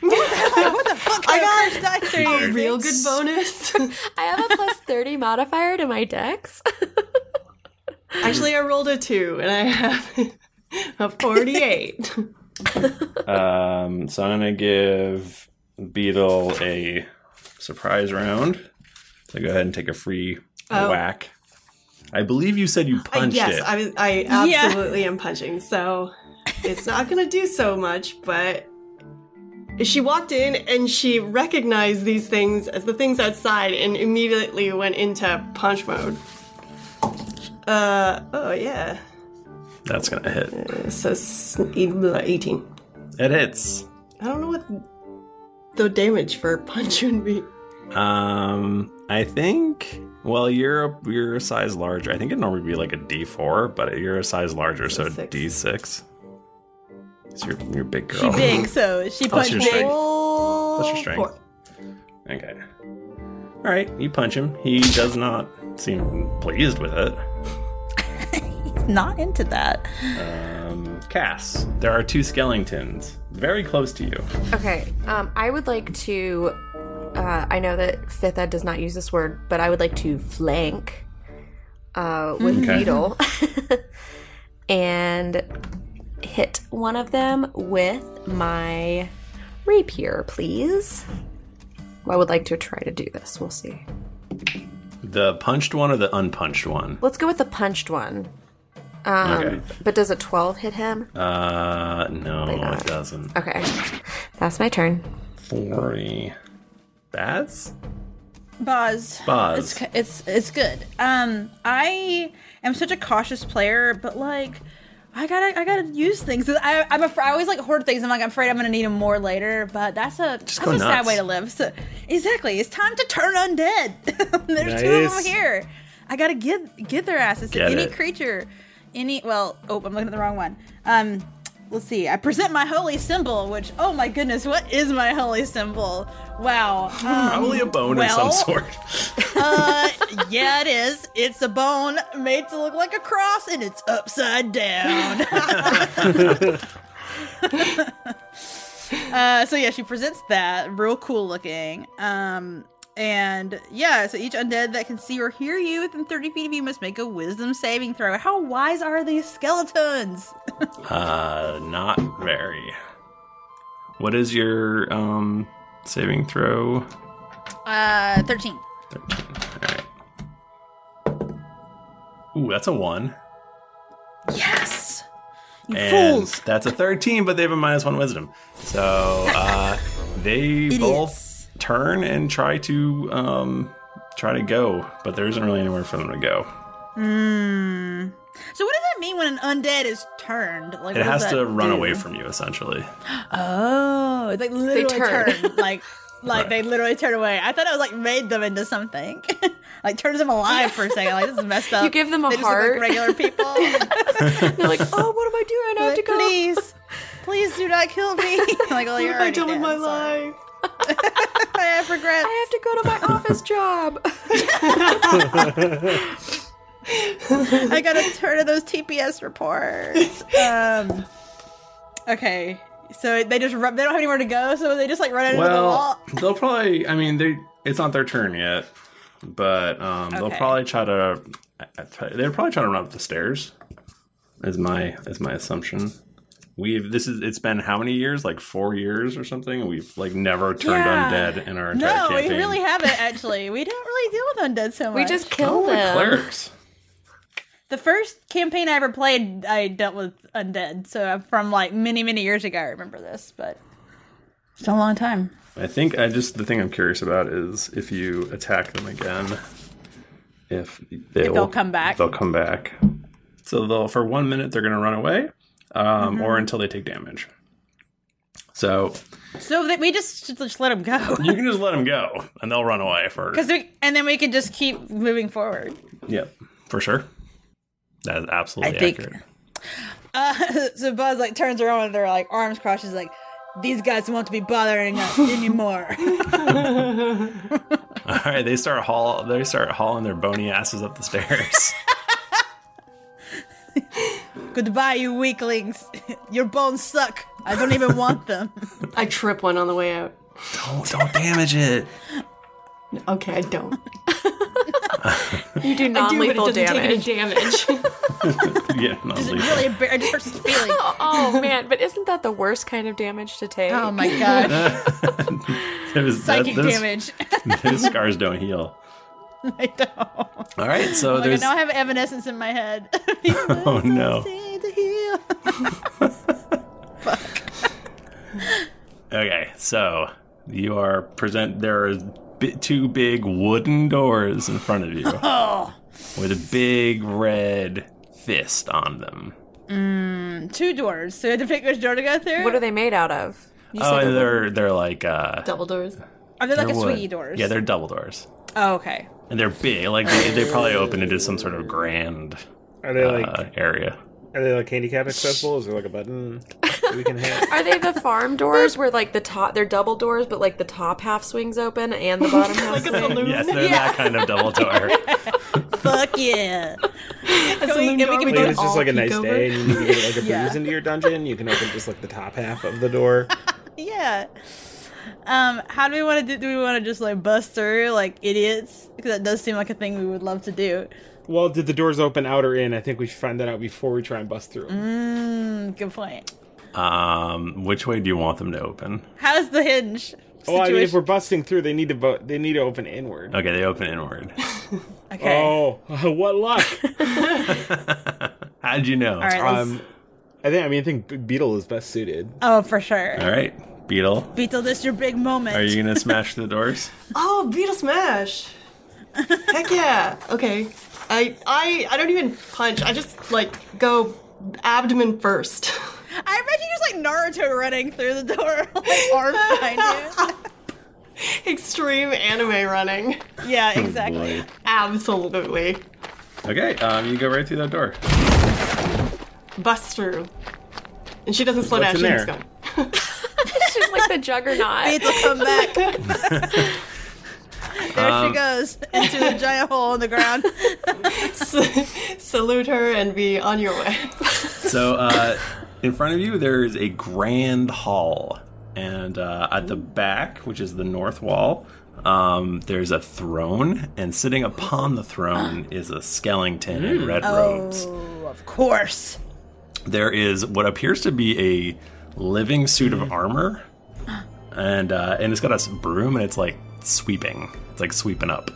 Speaker 4: *laughs*
Speaker 3: I got
Speaker 4: a
Speaker 5: real good
Speaker 3: *laughs*
Speaker 5: bonus.
Speaker 4: *laughs* I have a plus 30 modifier to my dex.
Speaker 5: Actually, I rolled a two, and I have *laughs* a forty-eight.
Speaker 1: Um, so I'm gonna give Beetle a surprise round. So go ahead and take a free
Speaker 5: Oh.
Speaker 1: whack. I believe you said you
Speaker 5: I,
Speaker 1: punched
Speaker 5: yes,
Speaker 1: it.
Speaker 5: I, I
Speaker 3: Yeah.
Speaker 5: absolutely am punching. So it's not going to do so much, but she walked in and she recognized these things as the things outside and immediately went into punch mode. Uh, oh, yeah.
Speaker 1: That's gonna hit.
Speaker 5: So s- eight- 18.
Speaker 1: It hits.
Speaker 5: I don't know what the damage for punch would be.
Speaker 1: Um, I think. Well, you're a, you're a size larger. I think it normally be like a D4, but you're a size larger, so D6. So you're, you're a big
Speaker 3: She
Speaker 1: girl.
Speaker 3: big,
Speaker 1: *laughs*
Speaker 3: so she
Speaker 1: Plus
Speaker 3: punched
Speaker 1: your
Speaker 3: big.
Speaker 1: strength. Plus your strength.
Speaker 3: Four.
Speaker 1: Okay. All right, you punch him. He does not seem pleased with it.
Speaker 3: Not into that.
Speaker 1: Um, Cass, there are two skeletons very close to you.
Speaker 4: Okay, um, I would like to. Uh, I know that fifth ed does not use this word, but I would like to flank uh, with
Speaker 1: Okay.
Speaker 4: needle *laughs* and hit one of them with my rapier, please. I would like to try to do this. We'll see.
Speaker 1: The punched one or the unpunched one?
Speaker 4: Let's go with the punched one. Um,
Speaker 1: Okay.
Speaker 4: But does a 12 hit him?
Speaker 1: Uh, no, it doesn't.
Speaker 4: Okay. That's my turn.
Speaker 1: Forty. That's
Speaker 3: Boz.
Speaker 1: Boz.
Speaker 3: It's it's it's good. Um, I am such a cautious player, but like, I gotta I gotta use things. I I'm afraid, I always like hoard things. I'm like I'm afraid I'm gonna need them more later. But that's a that's
Speaker 1: go
Speaker 3: a sad
Speaker 1: nuts.
Speaker 3: way to live. So exactly, it's time to turn undead. *laughs* There's two of them
Speaker 1: Nice.
Speaker 3: here. I gotta get get their asses.
Speaker 1: Get
Speaker 3: any
Speaker 1: it.
Speaker 3: creature, any well, oh, I'm looking at the wrong one. Um. Let's see. I present my holy symbol, which oh my goodness, what is my holy symbol? Wow. Um,
Speaker 1: *laughs* probably a bone
Speaker 3: well,
Speaker 1: of some sort.
Speaker 3: uh, yeah, it is. It's a bone made to look like a cross, and it's upside
Speaker 1: *laughs*
Speaker 3: down. *laughs* uh, so yeah, she presents that real cool looking. Um, and yeah, so each undead that can see or hear you within 30 feet of you must make a wisdom saving throw. How wise are these skeletons?
Speaker 1: Uh, not very. What is your um saving throw?
Speaker 3: Uh, 13.
Speaker 1: Ooh, that's a one.
Speaker 3: Yes. You
Speaker 1: and
Speaker 3: fools.
Speaker 1: that's a 13, but they have a minus one wisdom. So
Speaker 3: *laughs*
Speaker 1: uh, they both turn and try to um, try to go, but there isn't really anywhere for them to go.
Speaker 3: Mm. So what does that mean when an undead is turned? Like
Speaker 1: it
Speaker 3: what does
Speaker 1: has to
Speaker 3: that
Speaker 1: run
Speaker 3: do?
Speaker 1: away from you, essentially.
Speaker 3: Oh, they literally
Speaker 4: turn. *laughs*
Speaker 3: turn. like, like they literally turn away. I thought it was like made them into something, *laughs* like turns them alive for a second. Like this is messed up.
Speaker 4: You give them a
Speaker 3: They just look like
Speaker 4: heart.
Speaker 3: regular
Speaker 4: *laughs*
Speaker 3: people.
Speaker 4: They're like, oh, what am I doing? I have to go.
Speaker 3: Please, please do not
Speaker 4: *laughs*
Speaker 3: kill me. *laughs* like, well,
Speaker 4: What
Speaker 3: you're
Speaker 4: have I
Speaker 3: already
Speaker 4: done with
Speaker 3: dead,
Speaker 4: my
Speaker 3: sorry. *laughs* I have regrets. I
Speaker 4: have to go to my office job.
Speaker 3: *laughs* I got to turn to those TPS reports. Um, okay, so they just run, they don't have anywhere to go, so they just like run into the
Speaker 1: Well,
Speaker 3: wall.
Speaker 1: they'll probably. I mean, they it's not their turn yet, but um, they'll
Speaker 3: Okay.
Speaker 1: probably try to. I- I try- They're probably trying to run up the stairs. Is my is my assumption. We've this is it's been how many years? Like four years or something. and We've like never turned
Speaker 3: Yeah.
Speaker 1: undead in our entire
Speaker 3: No,
Speaker 1: campaign.
Speaker 3: we really haven't actually. We don't really deal with undead so much.
Speaker 4: We just kill
Speaker 1: We're
Speaker 4: them.
Speaker 1: clerics.
Speaker 3: The first campaign I ever played, I dealt with undead. So I'm from like many, many years ago. I remember this, but it's a long time.
Speaker 1: I think I just the thing I'm curious about is if you attack them again, if they'll,
Speaker 3: they'll come back.
Speaker 1: They'll come back. So they'll for one minute they're going to run away, um, or until they take damage. So
Speaker 3: So that we just should just let them go *laughs*
Speaker 1: you can just let them go, and they'll run away for
Speaker 3: because and then we can just keep moving forward.
Speaker 1: yep for sure. That is absolutely
Speaker 3: I think-
Speaker 1: accurate. *laughs*
Speaker 3: Uh, *laughs* so Buzz like turns around and they're like arms crossed. She's like, "These guys won't be bothering
Speaker 2: *laughs*
Speaker 3: us anymore." *laughs*
Speaker 1: All right, they start haul they start hauling their bony asses up the stairs.
Speaker 3: Goodbye, you weaklings. *laughs* Your bones suck. I don't even
Speaker 2: *laughs*
Speaker 3: want them.
Speaker 5: I trip one on the way out.
Speaker 1: *laughs* Don't don't damage it.
Speaker 5: Okay, I don't.
Speaker 4: You do
Speaker 5: *laughs* I do, but it
Speaker 4: non-lethal
Speaker 5: doesn't
Speaker 4: damage.
Speaker 5: take any damage.
Speaker 1: *laughs* yeah, not
Speaker 4: Does it
Speaker 1: lethal.
Speaker 4: really
Speaker 3: embar- I just
Speaker 4: *laughs*
Speaker 3: started feeling.
Speaker 4: oh man, but isn't that the worst kind of damage to take? *laughs*
Speaker 3: Oh
Speaker 1: *laughs*
Speaker 3: my
Speaker 1: It was- that-
Speaker 4: Psychic
Speaker 1: those-
Speaker 4: damage.
Speaker 1: *laughs* those scars don't heal.
Speaker 3: *laughs* I don't.
Speaker 1: All right, so
Speaker 3: Oh my God,
Speaker 1: there's
Speaker 3: now I have evanescence in my head. *laughs*
Speaker 1: *laughs* oh no.
Speaker 2: *laughs*
Speaker 1: Okay, so you are present. There are bi- two big wooden doors in front of
Speaker 3: *laughs*
Speaker 1: you
Speaker 3: Oh.
Speaker 1: with a big red fist on them.
Speaker 3: Mm, two doors. So I had to pick which door to go through. What are
Speaker 4: they made out of?
Speaker 1: oh, and they're they're like uh,
Speaker 5: double doors.
Speaker 3: Are they like
Speaker 1: they're
Speaker 3: a
Speaker 1: wood.
Speaker 3: swiggy doors?
Speaker 1: Yeah, they're double doors,
Speaker 3: Oh, okay.
Speaker 1: and they're big. Like they, they probably opened into some sort of grand
Speaker 2: Are they like-
Speaker 1: uh, area.
Speaker 2: Are they like handicap accessible? Is there like a button that we can hit?
Speaker 4: Are they the farm doors where like the top they're double doors, but like the top half swings open and the
Speaker 3: *laughs*
Speaker 4: bottom half swings?
Speaker 1: *laughs* Yes, they're that kind of double door.
Speaker 3: Fuck yeah. Can we- and *laughs* we can
Speaker 2: Like,
Speaker 3: both
Speaker 2: if it's just like a
Speaker 3: all
Speaker 2: nice
Speaker 3: peek
Speaker 2: day,
Speaker 3: over. *laughs*
Speaker 2: and you need to get like a
Speaker 3: Yeah.
Speaker 2: breeze into your dungeon. You can open just like the top half of the door.
Speaker 3: Yeah. Um, how do we want to do? Do we want to just like bust through like idiots? Because that does seem like a thing we would love to do.
Speaker 2: Well, did the doors open out or in? I think we should find that out before we try and bust through. 'em.
Speaker 3: Mm, good point.
Speaker 1: Um, which way do you want them to open?
Speaker 3: How's the hinge?
Speaker 2: Oh, I mean, if
Speaker 3: situation?
Speaker 2: we're busting through, they need to bo- they need to open inward.
Speaker 1: Okay,
Speaker 2: *laughs*
Speaker 1: they open inward.
Speaker 3: *laughs* Okay.
Speaker 2: Oh, what luck!
Speaker 1: How'd you know?
Speaker 3: All right, let's-
Speaker 2: Um, I think. I mean, I think Be- Beetle is best suited.
Speaker 3: Oh, for sure.
Speaker 1: All right, Beetle.
Speaker 3: Beetle, this your big moment.
Speaker 1: Are you gonna smash the
Speaker 3: *laughs*
Speaker 1: doors?
Speaker 5: Oh, Beetle Smash! Heck yeah! Okay, I I I don't even punch. I just like go abdomen first.
Speaker 3: I imagine you're just like Naruto running through the door, *laughs* like arm behind you.
Speaker 5: *laughs* Extreme anime running.
Speaker 3: Yeah,
Speaker 1: Oh, boy.
Speaker 5: Absolutely.
Speaker 1: Okay, um, you go right through that door.
Speaker 5: Bust through. And she doesn't slow
Speaker 1: What's
Speaker 5: down.
Speaker 1: in
Speaker 5: She keeps
Speaker 1: there?
Speaker 5: going.
Speaker 3: *laughs*
Speaker 4: She's like the juggernaut.
Speaker 3: Beetle, come back.
Speaker 5: *laughs*
Speaker 1: Um, *laughs*
Speaker 3: there
Speaker 5: Um,
Speaker 3: she goes into the giant hole in the ground.
Speaker 5: *laughs* Salute her and be on your way.
Speaker 1: So, uh, in front of you, there is a grand hall. And uh, at the back, which is the north wall, um, there's a throne. And sitting upon the
Speaker 3: *gasps*
Speaker 1: throne is a skeleton in red robes.
Speaker 3: Oh, of course.
Speaker 1: There is what appears to be a living suit
Speaker 5: Hmm.
Speaker 1: of armor. And, uh, and it's got a s- broom and it's like sweeping. It's like sweeping up.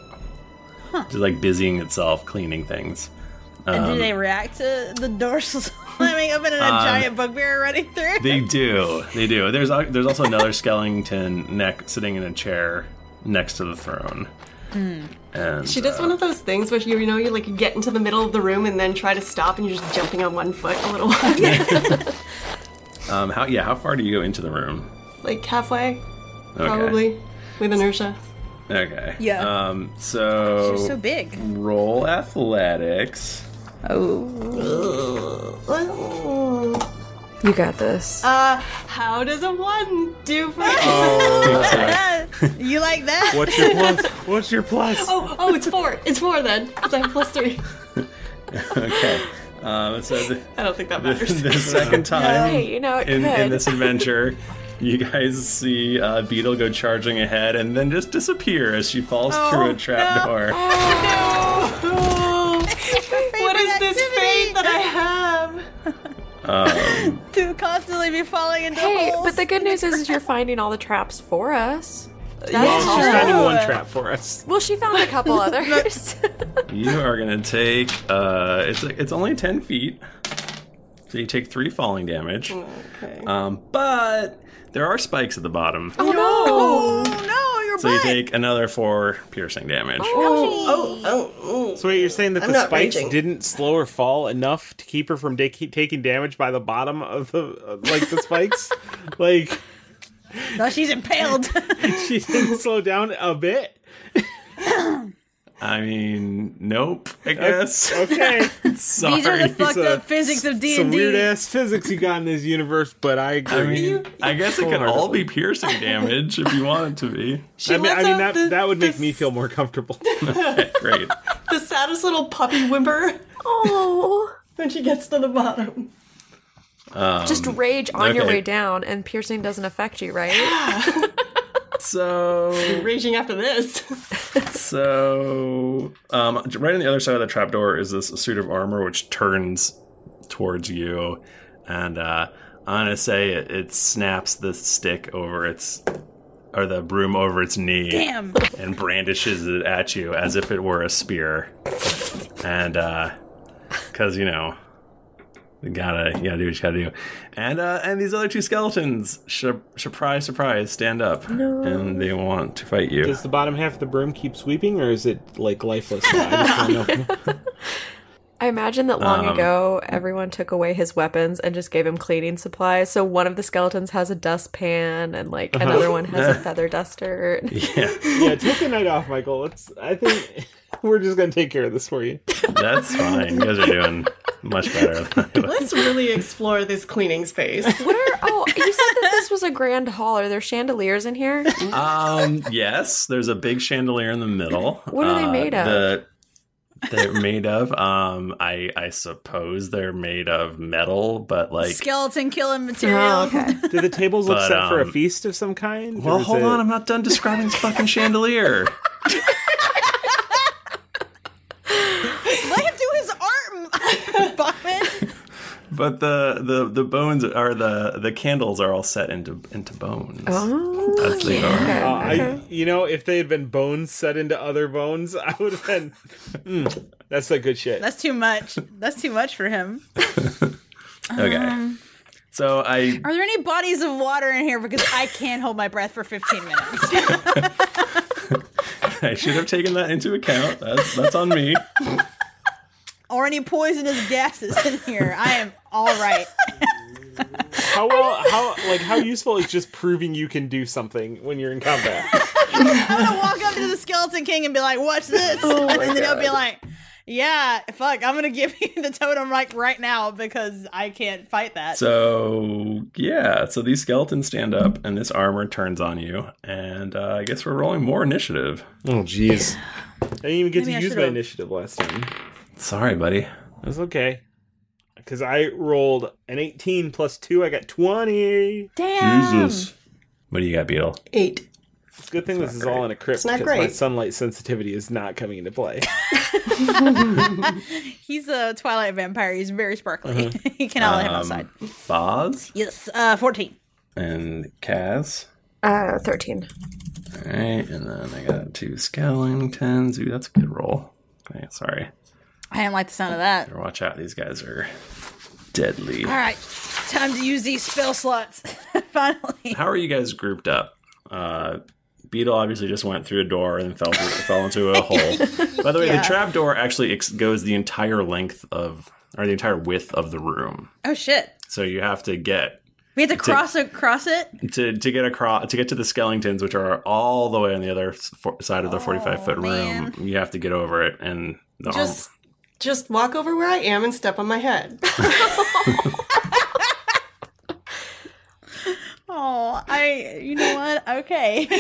Speaker 3: Huh.
Speaker 1: Just like busying itself, cleaning things.
Speaker 3: and do
Speaker 1: Um,
Speaker 3: they react to the door *laughs* slamming open and a
Speaker 1: Um,
Speaker 3: giant bugbear running through?
Speaker 1: They do. They do. There's al- there's also another skeleton neck sitting in a chair next to the throne.
Speaker 4: Hmm.
Speaker 1: And
Speaker 5: She does
Speaker 1: uh,
Speaker 5: one of those things where you, you know you like get into the middle of the room and then try to stop and you're just jumping on one foot a little while.
Speaker 2: *laughs*
Speaker 1: um how yeah, how far do you go into the room?
Speaker 5: like halfway,
Speaker 1: Okay.
Speaker 5: probably with inertia.
Speaker 1: Okay.
Speaker 5: Yeah.
Speaker 1: Um so
Speaker 5: She's so big.
Speaker 1: Roll athletics.
Speaker 5: Oh. Oh.
Speaker 4: You got this.
Speaker 5: Uh, how does a one do for
Speaker 2: Oh.
Speaker 5: *laughs* You like that?
Speaker 2: What's your
Speaker 5: *laughs*
Speaker 2: plus? What's your plus?
Speaker 5: Oh, oh, it's four. It's four then. Because I have plus *laughs* three.
Speaker 1: *laughs* okay. Um so the,
Speaker 5: *laughs* I don't think that
Speaker 1: the,
Speaker 5: matters. *laughs*
Speaker 1: the second time
Speaker 5: Hey, you know, it
Speaker 1: in, in
Speaker 5: could.
Speaker 1: this
Speaker 5: *laughs*
Speaker 1: adventure you guys see uh, Beetle go charging ahead and then just disappear as she falls
Speaker 5: Oh,
Speaker 1: through a trap
Speaker 5: *laughs*
Speaker 1: door.
Speaker 5: what is this fate that I have? *laughs*
Speaker 1: Um,
Speaker 4: to constantly be falling into hey, but the good news is, is you're finding all the traps for us. That's
Speaker 2: well, she's
Speaker 4: true.
Speaker 2: finding one trap for us.
Speaker 4: Well, she found a
Speaker 5: *laughs*
Speaker 4: couple others.
Speaker 1: *laughs* You are gonna take uh it's it's only ten feet. So you take three falling damage.
Speaker 5: Okay.
Speaker 1: Um but there are spikes at the bottom.
Speaker 5: Oh, no!
Speaker 3: no,
Speaker 1: so you take another four piercing damage.
Speaker 5: Oh, oh, oh.
Speaker 2: So wait, you're saying that
Speaker 5: I'm
Speaker 2: the
Speaker 5: not
Speaker 2: spikes
Speaker 5: raging.
Speaker 2: didn't slow her fall enough to keep her from da- taking damage by the bottom of the uh, like the
Speaker 3: *laughs*
Speaker 2: spikes? like
Speaker 3: No, she's impaled.
Speaker 2: *laughs* she didn't slow down a bit.
Speaker 1: I mean, nope, I guess. *laughs*
Speaker 2: Okay.
Speaker 1: Sorry. These are the fucked
Speaker 2: It's a-
Speaker 1: up physics of
Speaker 2: Some
Speaker 1: D&D.
Speaker 2: weird ass physics you got in this universe, but I agree.
Speaker 1: I mean I guess it could all be piercing damage if you want it to be.
Speaker 2: I mean, I mean that that would make me feel
Speaker 1: *laughs*
Speaker 2: more comfortable. *laughs*
Speaker 1: Great.
Speaker 5: The saddest little puppy whimper. Oh. When she gets to the bottom.
Speaker 1: Um,
Speaker 4: *laughs* Just rage on your
Speaker 1: okay.
Speaker 4: way down, and piercing doesn't affect you, right? *laughs*
Speaker 1: So
Speaker 5: Raging after this.
Speaker 1: So, um, right on the other side of the trapdoor is this suit of armor which turns towards you, and uh, I'm gonna say it, it snaps the stick over its or the broom over its knee,
Speaker 3: Damn.
Speaker 1: and brandishes it at you as if it were a spear, and because you know. You gotta, you gotta do what you gotta do, and uh, and these other two skeletons, sh- surprise, surprise, stand up,
Speaker 2: No.
Speaker 1: and they want to fight you.
Speaker 2: Does the bottom half of the broom keep sweeping, or is it like lifeless? now? I just don't know. *laughs*
Speaker 4: I imagine that long
Speaker 2: Um,
Speaker 4: ago, everyone took away his weapons and just gave him cleaning supplies. So one of the skeletons has a dustpan, and like
Speaker 2: Uh-huh.
Speaker 4: another one has a
Speaker 2: Yeah.
Speaker 4: feather duster.
Speaker 2: yeah, take the night off, Michael. Let's. I think *laughs* we're just gonna take care of this for you.
Speaker 1: *laughs* That's fine. You guys are doing much
Speaker 4: *laughs*
Speaker 1: better.
Speaker 5: Let's really explore this cleaning space.
Speaker 4: *laughs* oh, you said that this was a grand hall. Are there chandeliers in here?
Speaker 1: Um, yes, there's a big chandelier in the middle. Uh,
Speaker 4: What are they made of?
Speaker 1: the- they're made of. Um, I I suppose they're made of metal, but like.
Speaker 3: Skeleton killing materials. *laughs*
Speaker 2: *laughs* Do the tables look
Speaker 1: But,
Speaker 2: set for a
Speaker 1: um,
Speaker 2: feast of some kind?
Speaker 1: Well,
Speaker 2: or is
Speaker 1: hold
Speaker 2: it-
Speaker 1: on. I'm not done describing this fucking
Speaker 2: *laughs*
Speaker 1: chandelier.
Speaker 3: *laughs* Let him do his art, Bachman.
Speaker 1: But the, the the bones are the the candles are all set into into bones.
Speaker 4: Oh,
Speaker 1: As they
Speaker 2: Uh,
Speaker 1: are.
Speaker 2: I, you know, if they had been bones set into other bones, *laughs* I would have been. Mm, that's the good shit.
Speaker 3: That's too much. That's too much for him.
Speaker 1: Okay.
Speaker 3: Um,
Speaker 1: so I
Speaker 3: Are there any bodies of water in here? Because I can't hold my breath for 15 minutes. *laughs*
Speaker 1: I should have taken that into account. That's that's on
Speaker 2: *laughs*
Speaker 1: me.
Speaker 3: or any poisonous gases in here. I am all right.
Speaker 2: How well? How like how useful is just proving you can do something when you're in
Speaker 3: *laughs*
Speaker 2: combat?
Speaker 3: I'm gonna walk up to the skeleton king and be like, "What's this?"
Speaker 2: Oh my
Speaker 3: *laughs* and then he'll be
Speaker 2: God.
Speaker 3: like, "Yeah, fuck, I'm gonna give you the totem like right now because I can't fight that."
Speaker 1: So yeah, so these skeletons stand up and this armor turns on you, and uh, I guess we're rolling more initiative.
Speaker 2: Oh jeez. I didn't even get
Speaker 1: Maybe I
Speaker 2: to use my
Speaker 1: should've-
Speaker 2: initiative last time.
Speaker 1: Sorry, buddy.
Speaker 2: That's okay. Because I rolled an 18 plus 2, I got 20.
Speaker 3: Damn.
Speaker 1: What do you got,
Speaker 2: *laughs*
Speaker 1: Beetle?
Speaker 5: Eight.
Speaker 2: It's a good thing this is all in a crypt
Speaker 3: It's not
Speaker 2: because my
Speaker 3: great.
Speaker 2: sunlight sensitivity is not coming into
Speaker 3: *laughs*
Speaker 2: play.
Speaker 3: He's a twilight vampire. He's very
Speaker 1: Uh-huh.
Speaker 3: sparkly. you cannot let him outside.
Speaker 1: Um, Boz
Speaker 3: Yes, uh, 14.
Speaker 1: and Kaz.
Speaker 4: Uh, 13.
Speaker 1: All right, and then I got two skeletons. Ooh, that's a good roll. Okay, sorry.
Speaker 3: I didn't like the sound of that.
Speaker 1: Better watch out. These guys are deadly.
Speaker 3: All right, time to use these spell slots. *laughs* Finally.
Speaker 1: How are you guys grouped up? Uh, Beetle obviously just went through a door and fell through, fell into a hole. By the way,
Speaker 3: Yeah.
Speaker 1: the trap door actually ex- goes the entire length of or the entire width of the room.
Speaker 3: Oh shit.
Speaker 1: So you have to get
Speaker 3: We had to
Speaker 1: To-
Speaker 3: cross across it.
Speaker 1: to to get across to get to the skeletons, which are all the way on the other s- for, side of the forty-five foot room. You have to get over it, and the arm-
Speaker 5: Just, just walk over where I am and step on my head. *laughs*
Speaker 3: Oh, I. You know what? Okay. *laughs*
Speaker 5: Do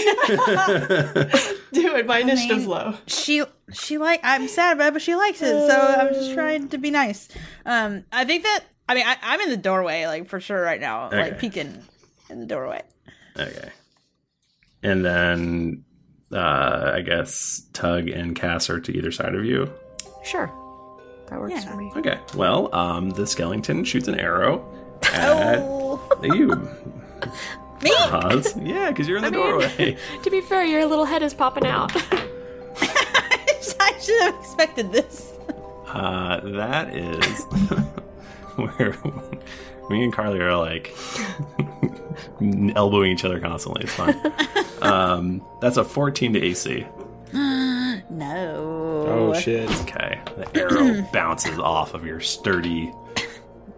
Speaker 5: it. My initiative's low.
Speaker 3: She she like I'm sad about it, but she likes it, so I'm just trying to be nice. Um, I think that I mean I, I'm in the doorway like for sure right now,
Speaker 1: Okay.
Speaker 3: like peeking in the doorway.
Speaker 1: okay, and then uh, I guess Tug and Cass are to either side of you.
Speaker 4: Sure. That works for me.
Speaker 1: Okay. Well, um, the skeleton shoots an arrow at you,
Speaker 3: Me?
Speaker 1: Oz. Yeah, because you're in the doorway.
Speaker 4: *laughs* To be fair, your little head is popping out.
Speaker 3: *laughs* I should have expected this. *gasps*
Speaker 1: Uh, that is *laughs* where me and Carly are like *laughs* elbowing each other constantly. It's fine. um, that's a 14 to AC.
Speaker 3: no.
Speaker 1: Okay. The arrow Oh, *clears throat* bounces off of your sturdy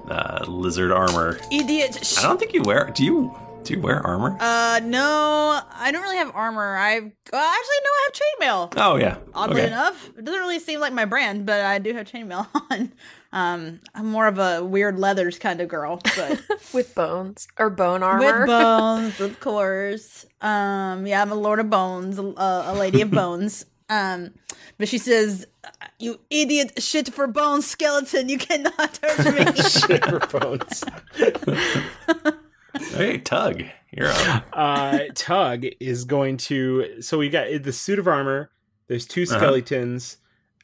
Speaker 1: uh, lizard armor.
Speaker 3: Idiot.
Speaker 1: I don't think you wear. Do you? Do you wear armor?
Speaker 3: Uh, no, I don't really have armor. I've well, actually no, I have chainmail.
Speaker 1: Oh, yeah.
Speaker 3: Oddly
Speaker 1: Okay.
Speaker 3: enough, it doesn't really seem like my brand, but I do have chainmail *laughs* on. Um, I'm more of a weird leathers kind of girl, but
Speaker 4: *laughs* With bones. Or bone armor. *laughs*
Speaker 3: with bones, of course. Um, yeah, I'm a lord of bones, a, a
Speaker 1: *laughs*
Speaker 3: lady of bones. Um, but she says, "You idiot, shit for bones, skeleton. You cannot torture me."
Speaker 2: Shit for
Speaker 3: *laughs*
Speaker 2: bones.
Speaker 1: *laughs* Hey, Tug, you're up.
Speaker 2: Uh, Tug is going to. So we got the suit of armor. There's two
Speaker 1: Uh-huh.
Speaker 2: skeletons,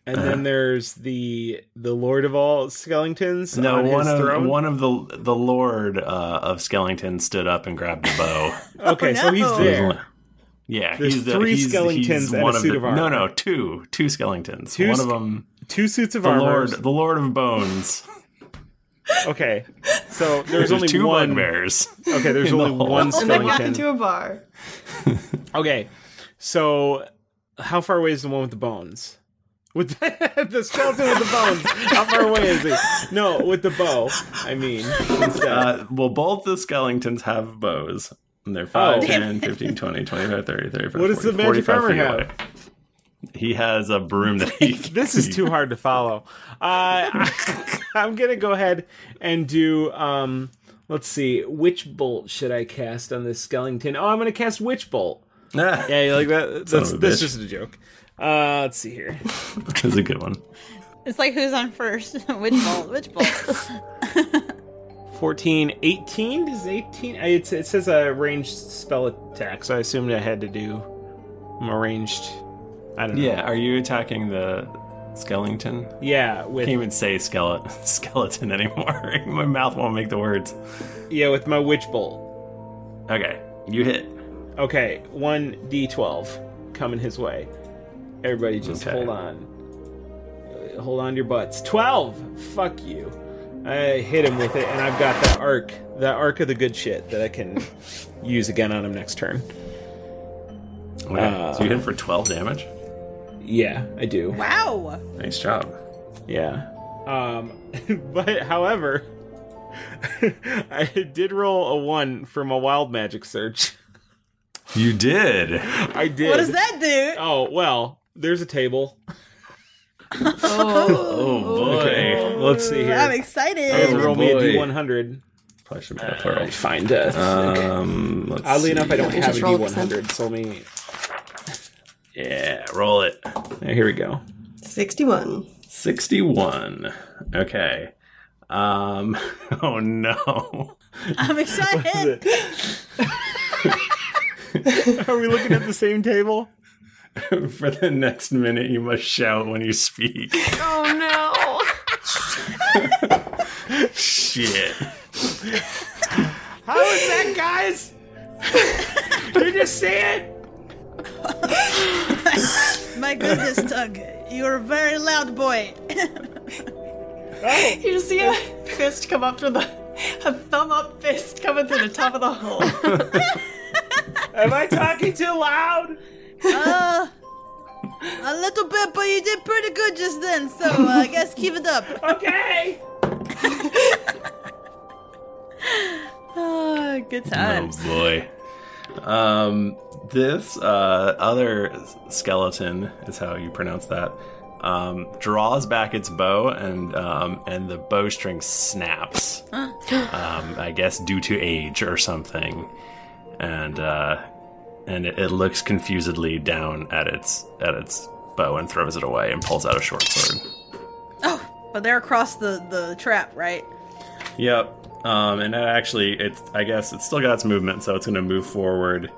Speaker 2: and
Speaker 1: Uh-huh.
Speaker 2: then there's the the Lord of all skeletons.
Speaker 1: No,
Speaker 2: on
Speaker 1: one
Speaker 2: his
Speaker 1: of
Speaker 2: throne.
Speaker 1: one of the the lord uh, of Skellington stood up and grabbed the *laughs* bow.
Speaker 2: Okay, so he's there.
Speaker 1: Yeah,
Speaker 2: There's
Speaker 1: he's the,
Speaker 2: three
Speaker 1: he's,
Speaker 2: skeletons
Speaker 1: he's
Speaker 2: and
Speaker 1: one
Speaker 2: a
Speaker 1: of
Speaker 2: suit
Speaker 1: the,
Speaker 2: of armor.
Speaker 1: No, no, two, two skeletons.
Speaker 2: Two
Speaker 1: one
Speaker 2: ske-
Speaker 1: of them,
Speaker 2: two suits of
Speaker 1: the
Speaker 2: armor.
Speaker 1: Lord, the Lord of Bones.
Speaker 2: Okay,
Speaker 1: *laughs*
Speaker 2: so there's,
Speaker 1: There's
Speaker 2: only
Speaker 1: two
Speaker 2: one
Speaker 1: bugbears
Speaker 2: Okay, *laughs* there's
Speaker 1: in the
Speaker 2: only
Speaker 1: hall.
Speaker 2: one
Speaker 5: Oh, And I walk
Speaker 2: skeleton.
Speaker 5: into a bar.
Speaker 2: Okay, so how far away is the one with the bones? With *laughs* the, the skeleton with the bones, how far away is he? No, with the bow. I mean,
Speaker 1: uh, well, both the Skellingtons have bows. And they're 5,
Speaker 2: Oh.
Speaker 1: 10, 15, 20, 25, 30, 35,
Speaker 2: What does
Speaker 1: 40,
Speaker 2: the magic
Speaker 1: 45
Speaker 2: armor
Speaker 1: feet
Speaker 2: have?
Speaker 1: away. He has a broom that
Speaker 2: *laughs*
Speaker 1: he...
Speaker 2: this is too hard to follow. *laughs* Uh, I'm gonna go ahead and do. Um, let's see, which bolt should I cast on this skeleton? Oh, I'm gonna cast witch bolt. *laughs* yeah, you like that?
Speaker 1: Son
Speaker 2: That's,
Speaker 1: of a
Speaker 2: that's
Speaker 1: bitch.
Speaker 2: just a joke. Uh, let's see *laughs* here.
Speaker 1: this is a good one.
Speaker 3: It's like who's on first? *laughs* which bolt? Which bolt? *laughs*
Speaker 2: 14 18 is 18 I- it's, it says a ranged spell attack so i assumed i had to do i'm arranged i don't know
Speaker 1: Yeah, are you attacking the Skellington?
Speaker 2: Yeah, with-
Speaker 1: can't even say skeleton *laughs* skeleton anymore. *laughs* My mouth won't make the words.
Speaker 2: Yeah, with my witch bolt.
Speaker 1: Okay, you hit.
Speaker 2: Okay, one d12 coming his way. Everybody, just hold on. Uh, Hold on to your butts. Twelve. Fuck you. I hit him with it, and I've got that arc, that arc of the good shit that I can use again on him next turn.
Speaker 1: Okay, so you hit for twelve damage.
Speaker 2: Yeah, I do.
Speaker 3: Wow.
Speaker 1: Nice job.
Speaker 2: Yeah. Um, *laughs* but however, *laughs* I did roll a one from a wild magic search.
Speaker 1: You did.
Speaker 2: I did.
Speaker 3: What does that do?
Speaker 2: Oh well, there's a table.
Speaker 3: Oh,
Speaker 1: Oh boy.
Speaker 2: Okay, let's see here.
Speaker 3: I'm excited.
Speaker 2: Okay, roll me a
Speaker 1: Oh, boy.
Speaker 2: d100.
Speaker 1: Probably should make a plural.
Speaker 2: Fine death.
Speaker 1: Um, let's
Speaker 2: Oddly
Speaker 1: see.
Speaker 2: enough, I don't have a d100, so let me.
Speaker 1: Yeah, roll it.
Speaker 2: here we go.
Speaker 5: 61.
Speaker 1: 61. Okay. Um *laughs* oh no. *laughs*
Speaker 2: *laughs*
Speaker 3: I'm excited.
Speaker 2: *laughs* Are we looking at the same
Speaker 3: *laughs*
Speaker 2: table?
Speaker 1: For the next minute you must shout when you *laughs* speak.
Speaker 5: Oh
Speaker 1: Shit.
Speaker 2: How is that, guys? you just see it?
Speaker 3: My goodness, Tug. You're a very loud boy.
Speaker 5: *laughs* You just see a fist come up to the, a thumb up fist coming through the top of the hole.
Speaker 2: *laughs* Am I talking too loud?
Speaker 3: Uh, a little bit, but you did pretty good just then, so uh, I guess keep it up.
Speaker 2: *laughs* Okay.
Speaker 3: oh, good times.
Speaker 1: Oh boy. Um, this uh, other skeleton is how you pronounce that. Um, draws back its bow and um, and the bowstring snaps.
Speaker 3: Huh?
Speaker 1: Um, I guess due to age or something, and uh, and it, it looks confusedly down at its at its bow and throws it away and pulls out a short sword.
Speaker 3: Oh, But they're across the, the trap, right?
Speaker 1: Yep. Um, and that actually, it's I guess it's still got its movement, so it's going to move forward.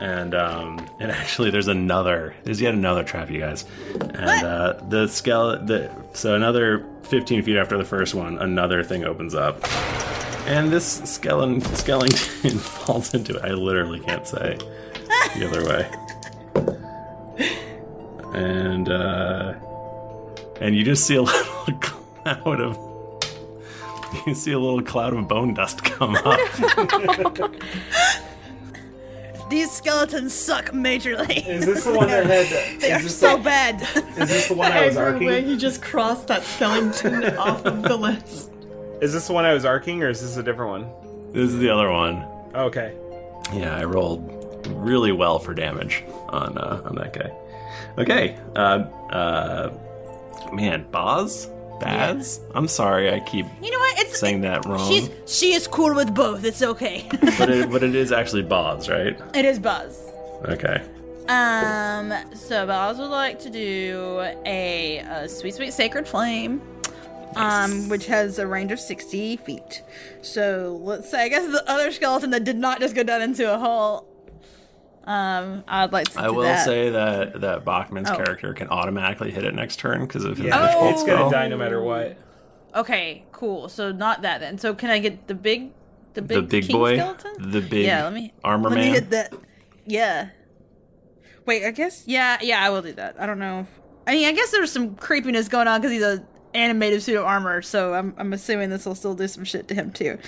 Speaker 1: And um, *laughs* and actually, there's another. There's yet another trap, you guys. And uh, the skeleton. The, so another 15 feet after the first one, another thing opens up, and this skeleton *laughs* skeleton falls into. it. I literally can't say the other way. And uh, and you just see a *laughs* little cloud of *laughs* you see a little cloud of bone dust come up.
Speaker 3: These skeletons suck majorly.
Speaker 2: Is this the one that had-
Speaker 3: they
Speaker 2: is
Speaker 3: are
Speaker 2: this
Speaker 3: so
Speaker 2: the-
Speaker 3: bad.
Speaker 2: Is this the one I was
Speaker 5: Everywhere
Speaker 2: arcing?
Speaker 5: you just crossed that skeleton off of the list.
Speaker 2: Is this the one I was arcing, or is this a different one?
Speaker 1: This is the other one.
Speaker 2: Okay.
Speaker 1: Yeah, I rolled really well for damage on uh, on that guy. Okay, uh, uh, man, Boz, Baz. I'm sorry, I keep
Speaker 3: *laughs* You know what? It's
Speaker 1: saying that wrong,
Speaker 3: she's *laughs* she is cool with both. It's okay.
Speaker 1: *laughs*
Speaker 3: *laughs*
Speaker 1: but it, but it is actually Boz, right?
Speaker 3: it is Buzz.
Speaker 1: Okay.
Speaker 3: Um, so Baz would like to do a, a sweet, sweet sacred flame, um, which has a range of sixty feet. So let's say I guess the other skeleton that did not just go down into a hole. Um, I'd like to.
Speaker 1: I
Speaker 3: do
Speaker 1: will
Speaker 3: that.
Speaker 1: say that that Bachman's
Speaker 3: Oh.
Speaker 1: character can automatically hit it next turn because of his
Speaker 2: Yeah,
Speaker 1: control
Speaker 2: it's gonna
Speaker 1: spell.
Speaker 2: die no matter what.
Speaker 3: Okay, cool. So not that then. So can I get the big, the big,
Speaker 1: the big
Speaker 3: king
Speaker 1: boy,
Speaker 3: skeleton?
Speaker 1: the big
Speaker 3: yeah, let me
Speaker 1: armor
Speaker 3: let
Speaker 1: man.
Speaker 3: me hit that. Yeah. Wait, I guess yeah, yeah, I will do that. I don't know. If, I mean, I guess there's some creepiness going on because he's a animated suit of armor, so I'm I'm assuming this will still do some shit to him too.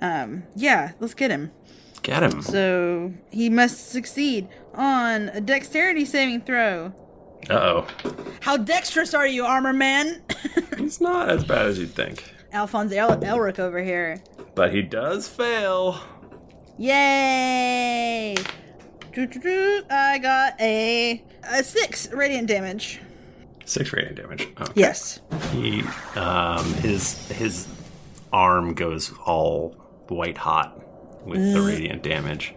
Speaker 3: Um, yeah, let's get him.
Speaker 1: Get him.
Speaker 3: So he must succeed on a dexterity saving throw.
Speaker 1: Uh oh,
Speaker 3: How dexterous are you, armor man? *laughs*
Speaker 1: he's not as bad as you'd think,
Speaker 3: Alphonse El- Elric over here.
Speaker 1: but he does fail.
Speaker 3: Yay! Doo-doo-doo. I got a, a six radiant damage.
Speaker 1: Six radiant damage. Okay.
Speaker 3: Yes.
Speaker 1: He, um, his his arm goes all white hot with the
Speaker 3: Mm.
Speaker 1: radiant damage.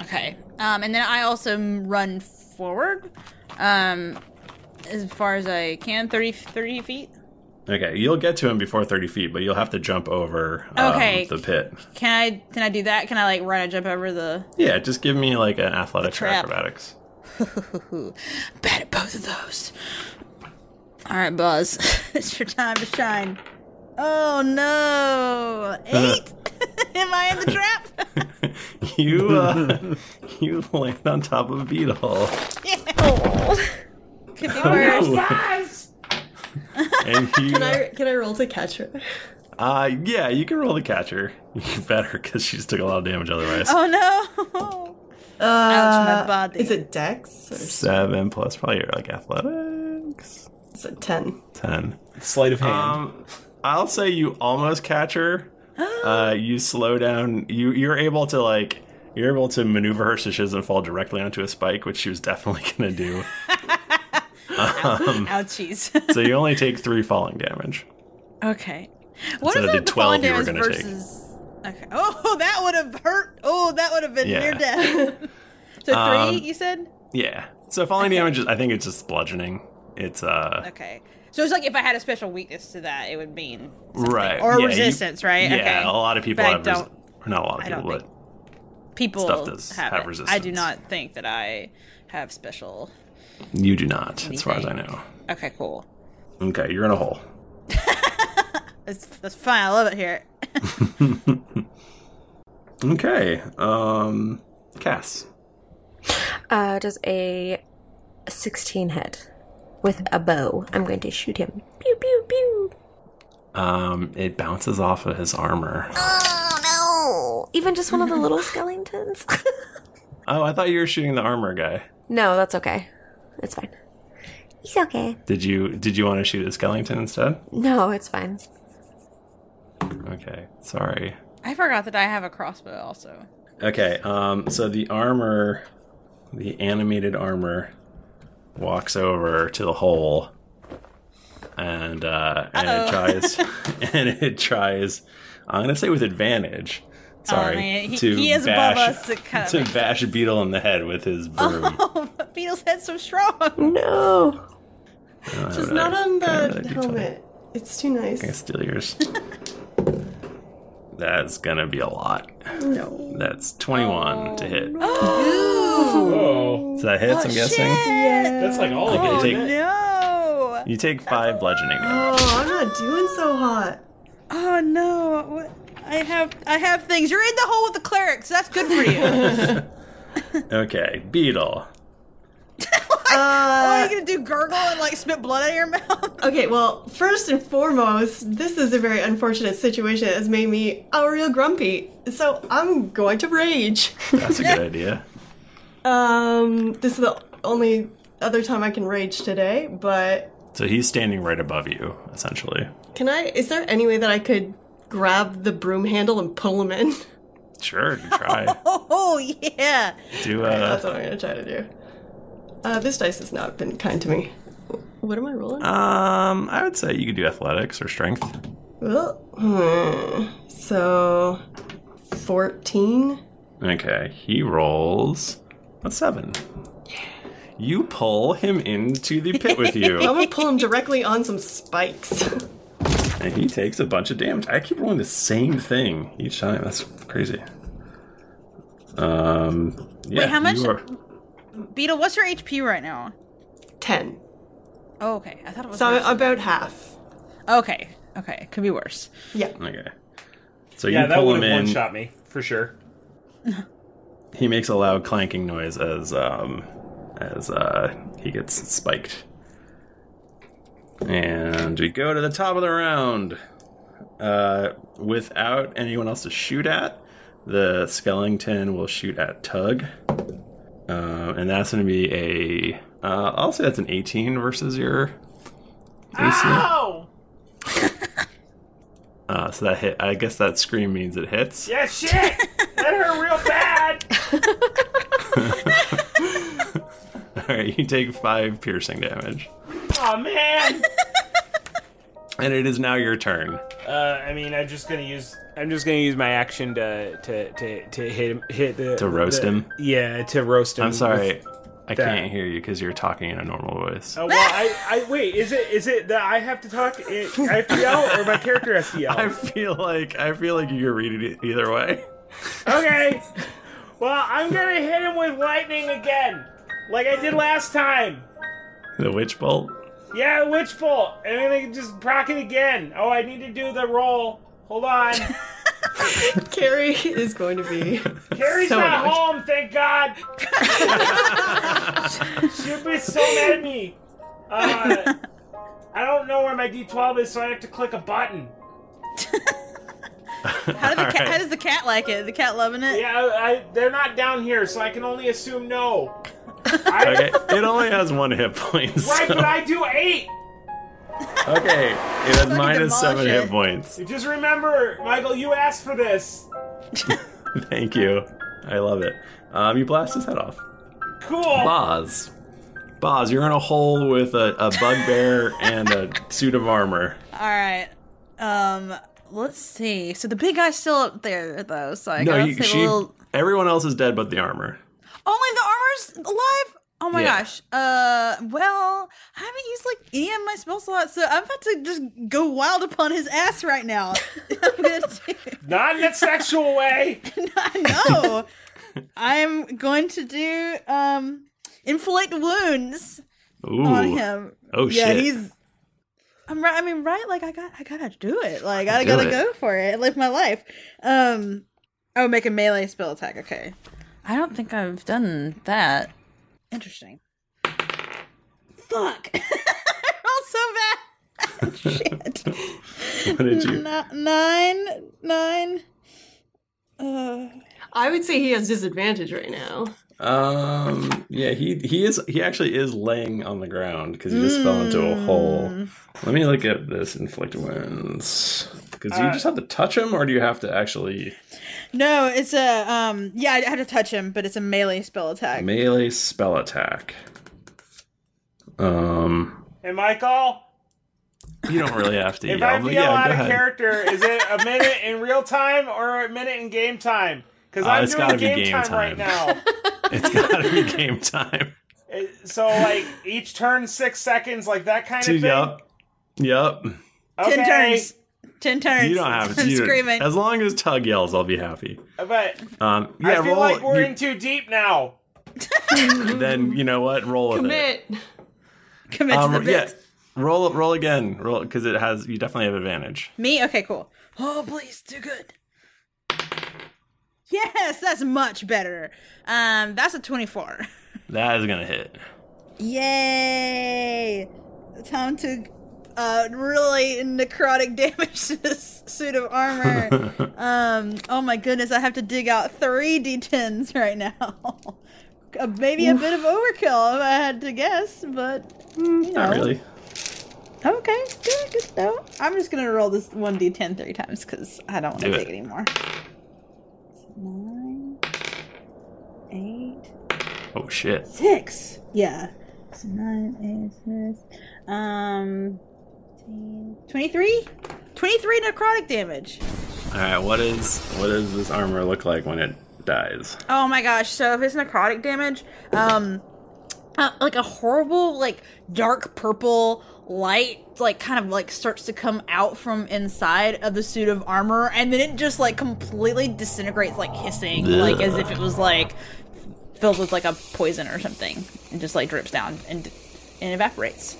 Speaker 3: Okay. Um, and then I also m- run forward, um, as far as I can, 30, 30 feet.
Speaker 1: Okay, you'll get to him before thirty feet, but you'll have to jump over um,
Speaker 3: Okay.
Speaker 1: the pit.
Speaker 3: Can I? Can I do that? Can I like run and jump over *laughs* the?
Speaker 1: Yeah, just give me like an athletics or
Speaker 3: trap.
Speaker 1: acrobatics.
Speaker 3: Bad at both of those. All right, Buzz. *laughs* it's your time to shine. Oh no! Eight. *laughs* Am I in the trap?
Speaker 1: You uh, *laughs* you land on top of a beetle, *laughs*
Speaker 3: Could be
Speaker 1: Oh,
Speaker 3: worse.
Speaker 1: no. and uh, you
Speaker 5: Can I can I roll to catch her?
Speaker 1: uh yeah you can roll the catcher. *laughs* You better because she's took a lot of damage otherwise.
Speaker 3: Oh no!
Speaker 5: Uh,
Speaker 3: Ouch, my body.
Speaker 5: Is it Dex? Or
Speaker 1: Seven plus probably your like athletics.
Speaker 5: Is it ten?
Speaker 1: Ten.
Speaker 2: Sleight of hand.
Speaker 1: Um, I'll say you almost catch
Speaker 3: *gasps*
Speaker 1: her. uh, you slow down. You you're able to like you're able to maneuver her so she doesn't fall directly onto a spike, which she was definitely *laughs* gonna
Speaker 3: *laughs*
Speaker 1: do. Um,
Speaker 3: Ouchies.
Speaker 1: so you only take three falling damage.
Speaker 3: Okay. What
Speaker 1: Instead
Speaker 3: is
Speaker 1: of
Speaker 3: that
Speaker 1: the
Speaker 3: the falling
Speaker 1: 12 you were
Speaker 3: damage
Speaker 1: gonna take.
Speaker 3: versus? Okay. Oh, *laughs* that would have hurt. Oh, that would have been
Speaker 1: Yeah.
Speaker 3: near death.
Speaker 1: *laughs*
Speaker 3: so three,
Speaker 1: Um,
Speaker 3: you said?
Speaker 1: Yeah. So falling damage is I think it's just bludgeoning. It's uh
Speaker 3: Okay. So it's like if I had a special weakness to that, it would mean
Speaker 1: right
Speaker 3: Or
Speaker 1: yeah, you-
Speaker 3: resistance, right?
Speaker 1: Yeah,
Speaker 3: Okay.
Speaker 1: a lot of people
Speaker 3: But I
Speaker 1: have resi-
Speaker 3: don't-
Speaker 1: or not a lot of
Speaker 3: I
Speaker 1: people,
Speaker 3: don't
Speaker 1: but
Speaker 3: people
Speaker 1: Stuff does have
Speaker 3: have, it. I do
Speaker 1: resistance.
Speaker 3: not think that I have special.
Speaker 1: you do not, as far as I know.
Speaker 3: Okay, cool.
Speaker 1: Okay, you're in a hole.
Speaker 3: That's, that's fine. I love it here.
Speaker 1: *laughs* Okay. Um Cass.
Speaker 4: Uh, does a 16 hit with a bow. I'm going to shoot him. Pew, pew, pew.
Speaker 1: Um it bounces off of his armor.
Speaker 4: Oh, no. Even just one of the little skeletons. *laughs*
Speaker 1: Oh, I thought you were shooting the armor guy.
Speaker 4: no, that's okay. It's fine. He's okay.
Speaker 1: Did you did you want to shoot the skeleton instead?
Speaker 4: No, it's fine.
Speaker 1: Okay. Sorry.
Speaker 3: I forgot that I have a crossbow
Speaker 5: *laughs*
Speaker 3: also.
Speaker 1: Okay, um, so the armor, the animated armor, walks over to the hole, and uh, and
Speaker 3: Uh-oh.
Speaker 1: it
Speaker 3: *laughs*
Speaker 1: tries, and it tries. I'm gonna say with advantage. Sorry,
Speaker 3: Oh, man. He-
Speaker 1: to
Speaker 3: he is above
Speaker 1: bash
Speaker 3: us. It kinda
Speaker 1: *laughs* to
Speaker 3: makes
Speaker 1: bash Beetle in the head with his broom.
Speaker 3: *laughs* Oh, but Beetle's head's so strong.
Speaker 4: No.
Speaker 5: Oh.
Speaker 1: Uh,
Speaker 5: She's not on
Speaker 1: kinda
Speaker 5: the
Speaker 1: do
Speaker 5: helmet. It's too
Speaker 1: I can
Speaker 5: nice.
Speaker 1: steal yours. That's gonna be a lot.
Speaker 5: No.
Speaker 1: That's 21 to hit. *gasps*
Speaker 2: Oh.
Speaker 1: So that hits. I'm guessing.
Speaker 5: Yeah.
Speaker 2: That's like all
Speaker 1: Okay,
Speaker 2: of
Speaker 1: take-
Speaker 2: it. isn't it?
Speaker 3: No.
Speaker 1: You take five bludgeoning
Speaker 3: *laughs*
Speaker 1: damage.
Speaker 5: Oh, I'm not doing so hot.
Speaker 3: Oh no. What? I have I have things. You're in the hole with the clerics. That's good
Speaker 5: *laughs*
Speaker 3: for you. *laughs*
Speaker 1: Okay, beetle.
Speaker 5: Uh,
Speaker 3: What are oh, you gonna do? Gurgle and like spit blood out of your *laughs* mouth?
Speaker 5: Okay, well, first and foremost, this is a very unfortunate situation that has made me a real grumpy. So I'm going to rage.
Speaker 1: That's a
Speaker 5: *laughs*
Speaker 3: *laughs*
Speaker 1: good idea.
Speaker 5: Um, this is the only other time I can rage today, but
Speaker 1: So he's standing right above you, essentially.
Speaker 5: can I? Is there any way that I could grab the broom handle and pull him in?
Speaker 1: Sure, you
Speaker 5: *laughs*
Speaker 1: try.
Speaker 3: Oh yeah.
Speaker 1: Do
Speaker 5: That's what
Speaker 1: uh,
Speaker 5: I'm going to try to do. Uh, this dice has not been kind to me. What am I rolling?
Speaker 1: um, I would say you could do athletics or strength.
Speaker 5: Well, hmm, so 14.
Speaker 1: Okay, he rolls a seven. You pull him into the pit with
Speaker 3: *laughs*
Speaker 5: I'm
Speaker 1: you,
Speaker 5: gonna pull him directly on some spikes. *laughs*
Speaker 1: and he takes a bunch of damage. I keep rolling the same thing each time. That's crazy. Um, yeah,
Speaker 3: Wait, how much?
Speaker 1: you are-
Speaker 3: Beetle, what's your HP right now?
Speaker 5: 10.
Speaker 3: Oh, okay. I thought it was.
Speaker 5: So
Speaker 3: worse.
Speaker 5: I'm about half.
Speaker 3: Okay. Okay. Could be worse.
Speaker 5: Yeah.
Speaker 1: Okay. So
Speaker 2: yeah,
Speaker 1: you
Speaker 2: that
Speaker 1: pull him
Speaker 2: would
Speaker 1: in.
Speaker 2: have one shot me for sure.
Speaker 1: He makes a loud clanking noise as um as uh he gets spiked. And we go to the top of the round. Uh without anyone else to shoot at, the skeleton will shoot at Tug. Um and that's gonna be a uh I'll say that's an 18 versus your AC.
Speaker 2: Ah!
Speaker 1: Uh, so that hit I guess that scream means it hits. *laughs*
Speaker 2: Yeah, shit! that hurt real bad!
Speaker 1: Alright, you take five piercing damage.
Speaker 2: Oh man!
Speaker 1: And it is now your turn.
Speaker 2: Uh, I mean, I'm just gonna use I'm just gonna use my action to to to, to hit him hit the
Speaker 1: To roast
Speaker 2: the-
Speaker 1: him?
Speaker 2: Yeah, to roast him.
Speaker 1: I'm sorry,
Speaker 2: with-
Speaker 1: I
Speaker 2: that.
Speaker 1: can't hear you because you're talking in a normal voice.
Speaker 2: Oh well, I, I wait. Is it is it that I have to talk? It, I have to *laughs* yell, or my character
Speaker 1: *laughs*
Speaker 2: has to yell?
Speaker 1: I feel like I feel like you could read it e- either way.
Speaker 2: Okay. Well, I'm gonna hit him with lightning again, like I did last time.
Speaker 1: The witch bolt.
Speaker 2: Yeah, witchful. I'm gonna just proc it again. Oh, I need to do the roll. Hold
Speaker 5: *laughs*
Speaker 2: on.
Speaker 5: Carrie is going to be.
Speaker 2: Carrie's
Speaker 5: so
Speaker 2: not
Speaker 5: annoyed.
Speaker 2: home, thank
Speaker 5: *laughs*
Speaker 2: God. She'll be so mad at me. Uh, I don't know where my D12 is, so I have to click a button.
Speaker 3: How, did the cat, how does the cat like it? The cat loving it?
Speaker 2: Yeah, I, I- they're not down here, so I can only assume no.
Speaker 1: Okay, it only has one hit point. so-
Speaker 2: Right, but I do eight.
Speaker 1: *laughs* Okay, it has minus seven
Speaker 2: demolish
Speaker 1: hit points. *laughs*
Speaker 2: Just remember, Michael, you asked for this.
Speaker 1: Thank you. I love it. Um, you blast his head off.
Speaker 2: Cool.
Speaker 1: Boz. Boz, you're in a hole with a, a bugbear and a suit of armor.
Speaker 3: All right. Um, let's see. So the big guy's still up there, though. So I
Speaker 1: no,
Speaker 3: gotta
Speaker 1: you,
Speaker 3: save a
Speaker 1: she.
Speaker 3: little.
Speaker 1: Everyone else is dead but the armor.
Speaker 3: Only the armor's alive. Oh my
Speaker 1: Yeah.
Speaker 3: gosh. Uh, well, I haven't used like any of my spell slots, so I'm about to just go wild upon his ass
Speaker 1: *laughs*
Speaker 3: right now. I'm gonna do.
Speaker 2: Not in a sexual
Speaker 3: *laughs*
Speaker 2: way.
Speaker 1: *laughs*
Speaker 3: no, I'm going to do um inflict wounds
Speaker 1: Ooh.
Speaker 3: on him.
Speaker 1: Oh
Speaker 3: yeah,
Speaker 1: shit.
Speaker 3: he's. I'm right. I mean, right? Like I got, I gotta do it. Like I
Speaker 1: Do
Speaker 3: gotta
Speaker 1: it.
Speaker 3: go for it. and Live my life. Um, I would make a melee spell attack. Okay. I don't think I've done that. Interesting. Fuck. *laughs* I *laughs*
Speaker 1: What
Speaker 3: rolled
Speaker 1: did
Speaker 3: so
Speaker 1: you?
Speaker 3: bad. Oh, N- nine, nine. Uh,
Speaker 5: I would say he has disadvantage right now.
Speaker 1: Um. Yeah. He he is he actually is laying on the ground because he just fell into a
Speaker 2: Hmm.
Speaker 1: hole. Let me look at this inflict wounds. Because you
Speaker 3: Uh,
Speaker 1: just have to touch him, or do you have to actually
Speaker 3: No, it's a um. Yeah, I have to touch him, but it's a melee spell attack.
Speaker 1: melee spell attack? Um.
Speaker 2: And Michael,
Speaker 1: You don't really have to
Speaker 2: if
Speaker 1: yell,
Speaker 2: I
Speaker 1: but
Speaker 2: feel
Speaker 1: yeah,
Speaker 2: out
Speaker 1: go
Speaker 2: of
Speaker 1: ahead.
Speaker 2: character, is it a minute in real time or a minute in game time? Because
Speaker 1: Uh,
Speaker 2: I'm
Speaker 1: it's
Speaker 2: doing
Speaker 1: gotta be
Speaker 2: game,
Speaker 1: game
Speaker 2: time,
Speaker 1: time. *laughs*
Speaker 2: right now.
Speaker 1: It's gotta
Speaker 2: *laughs*
Speaker 1: be game time.
Speaker 2: It- so like each turn six seconds, like that kind of thing.
Speaker 1: Yep. Yep.
Speaker 3: Ten
Speaker 2: Okay.
Speaker 3: turns. Ten turns.
Speaker 1: You don't have
Speaker 2: *laughs*
Speaker 1: to.
Speaker 3: *laughs* I'm
Speaker 1: you don't-
Speaker 3: screaming.
Speaker 1: As long as Tug yells, I'll be happy.
Speaker 2: But
Speaker 1: Um, yeah,
Speaker 2: I feel
Speaker 1: roll.
Speaker 2: like we're
Speaker 1: you-
Speaker 2: in too
Speaker 1: *laughs*
Speaker 2: deep now.
Speaker 1: then you know what? Roll with it.
Speaker 3: Commit to the bit.
Speaker 1: Um, Yeah, roll roll again. Roll because it has you definitely have advantage.
Speaker 3: Me? Okay, cool. Oh, please, too good. Yes, that's much better. Um, that's a twenty-four.
Speaker 1: That is gonna hit.
Speaker 3: Yay! Time to uh really necrotic *laughs* damage to this suit
Speaker 1: *laughs*
Speaker 3: of armor. um, oh my goodness, I have to dig out three d10s right now. *laughs* Uh, Maybe a bit of overkill if I had to guess, but mm, you know.
Speaker 1: Hmm, Not really.
Speaker 3: Okay, good, good though. I'm just gonna roll this one d10 three times because I don't want
Speaker 1: Do
Speaker 3: to
Speaker 1: it.
Speaker 3: take it anymore. Nine, eight,
Speaker 1: Oh shit.
Speaker 3: six. Yeah. So nine, eight, six. Um, 10, 23? 23 necrotic damage.
Speaker 1: All right. What is what does this armor look like when it dies?
Speaker 3: Oh my gosh! So if it's necrotic damage, um, uh, like a horrible, like dark purple light, like kind of like starts to come out from inside of the suit of armor, and then it just like completely disintegrates, like hissing, like as if it was like filled with like a poison or something, and just like drips down and and evaporates.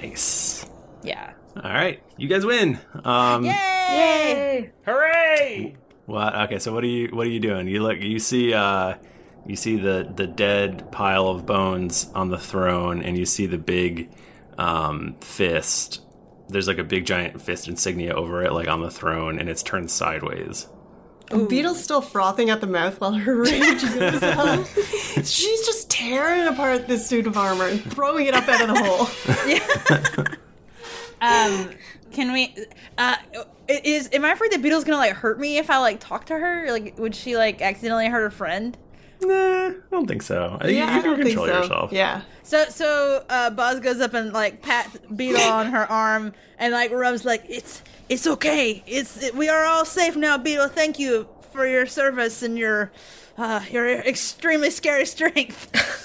Speaker 1: Nice.
Speaker 3: Yeah.
Speaker 1: All right, you guys win. Um,
Speaker 3: Yay!
Speaker 2: Hooray!
Speaker 1: What? Okay. So what are you what are you doing? You look. You see. Uh, you see the the dead pile of bones on the throne, and you see the big um, fist. There's like a big giant fist insignia over it, like on the throne, and it's turned sideways.
Speaker 5: Beetle's still frothing at the mouth while her rage is
Speaker 4: *laughs*
Speaker 5: in his mouth. She's just tearing apart this suit of armor and throwing it up out of the
Speaker 4: *laughs*
Speaker 5: hole.
Speaker 3: Um, can we? Uh, it is am I afraid that Beetle's gonna like hurt me if I like talk to her? Like, would she like accidentally hurt a friend?
Speaker 1: Nah, I don't think so. I think
Speaker 3: Yeah,
Speaker 1: you
Speaker 3: I
Speaker 1: can
Speaker 3: don't think
Speaker 1: control
Speaker 3: so.
Speaker 1: yourself.
Speaker 5: Yeah.
Speaker 3: So so uh, Buzz goes up and like pats
Speaker 5: *laughs*
Speaker 3: Beetle on her arm and like rubs like it's it's okay. It's it, we are all safe now, Beetle. Thank you for your service and your uh, your extremely scary strength.
Speaker 5: *laughs*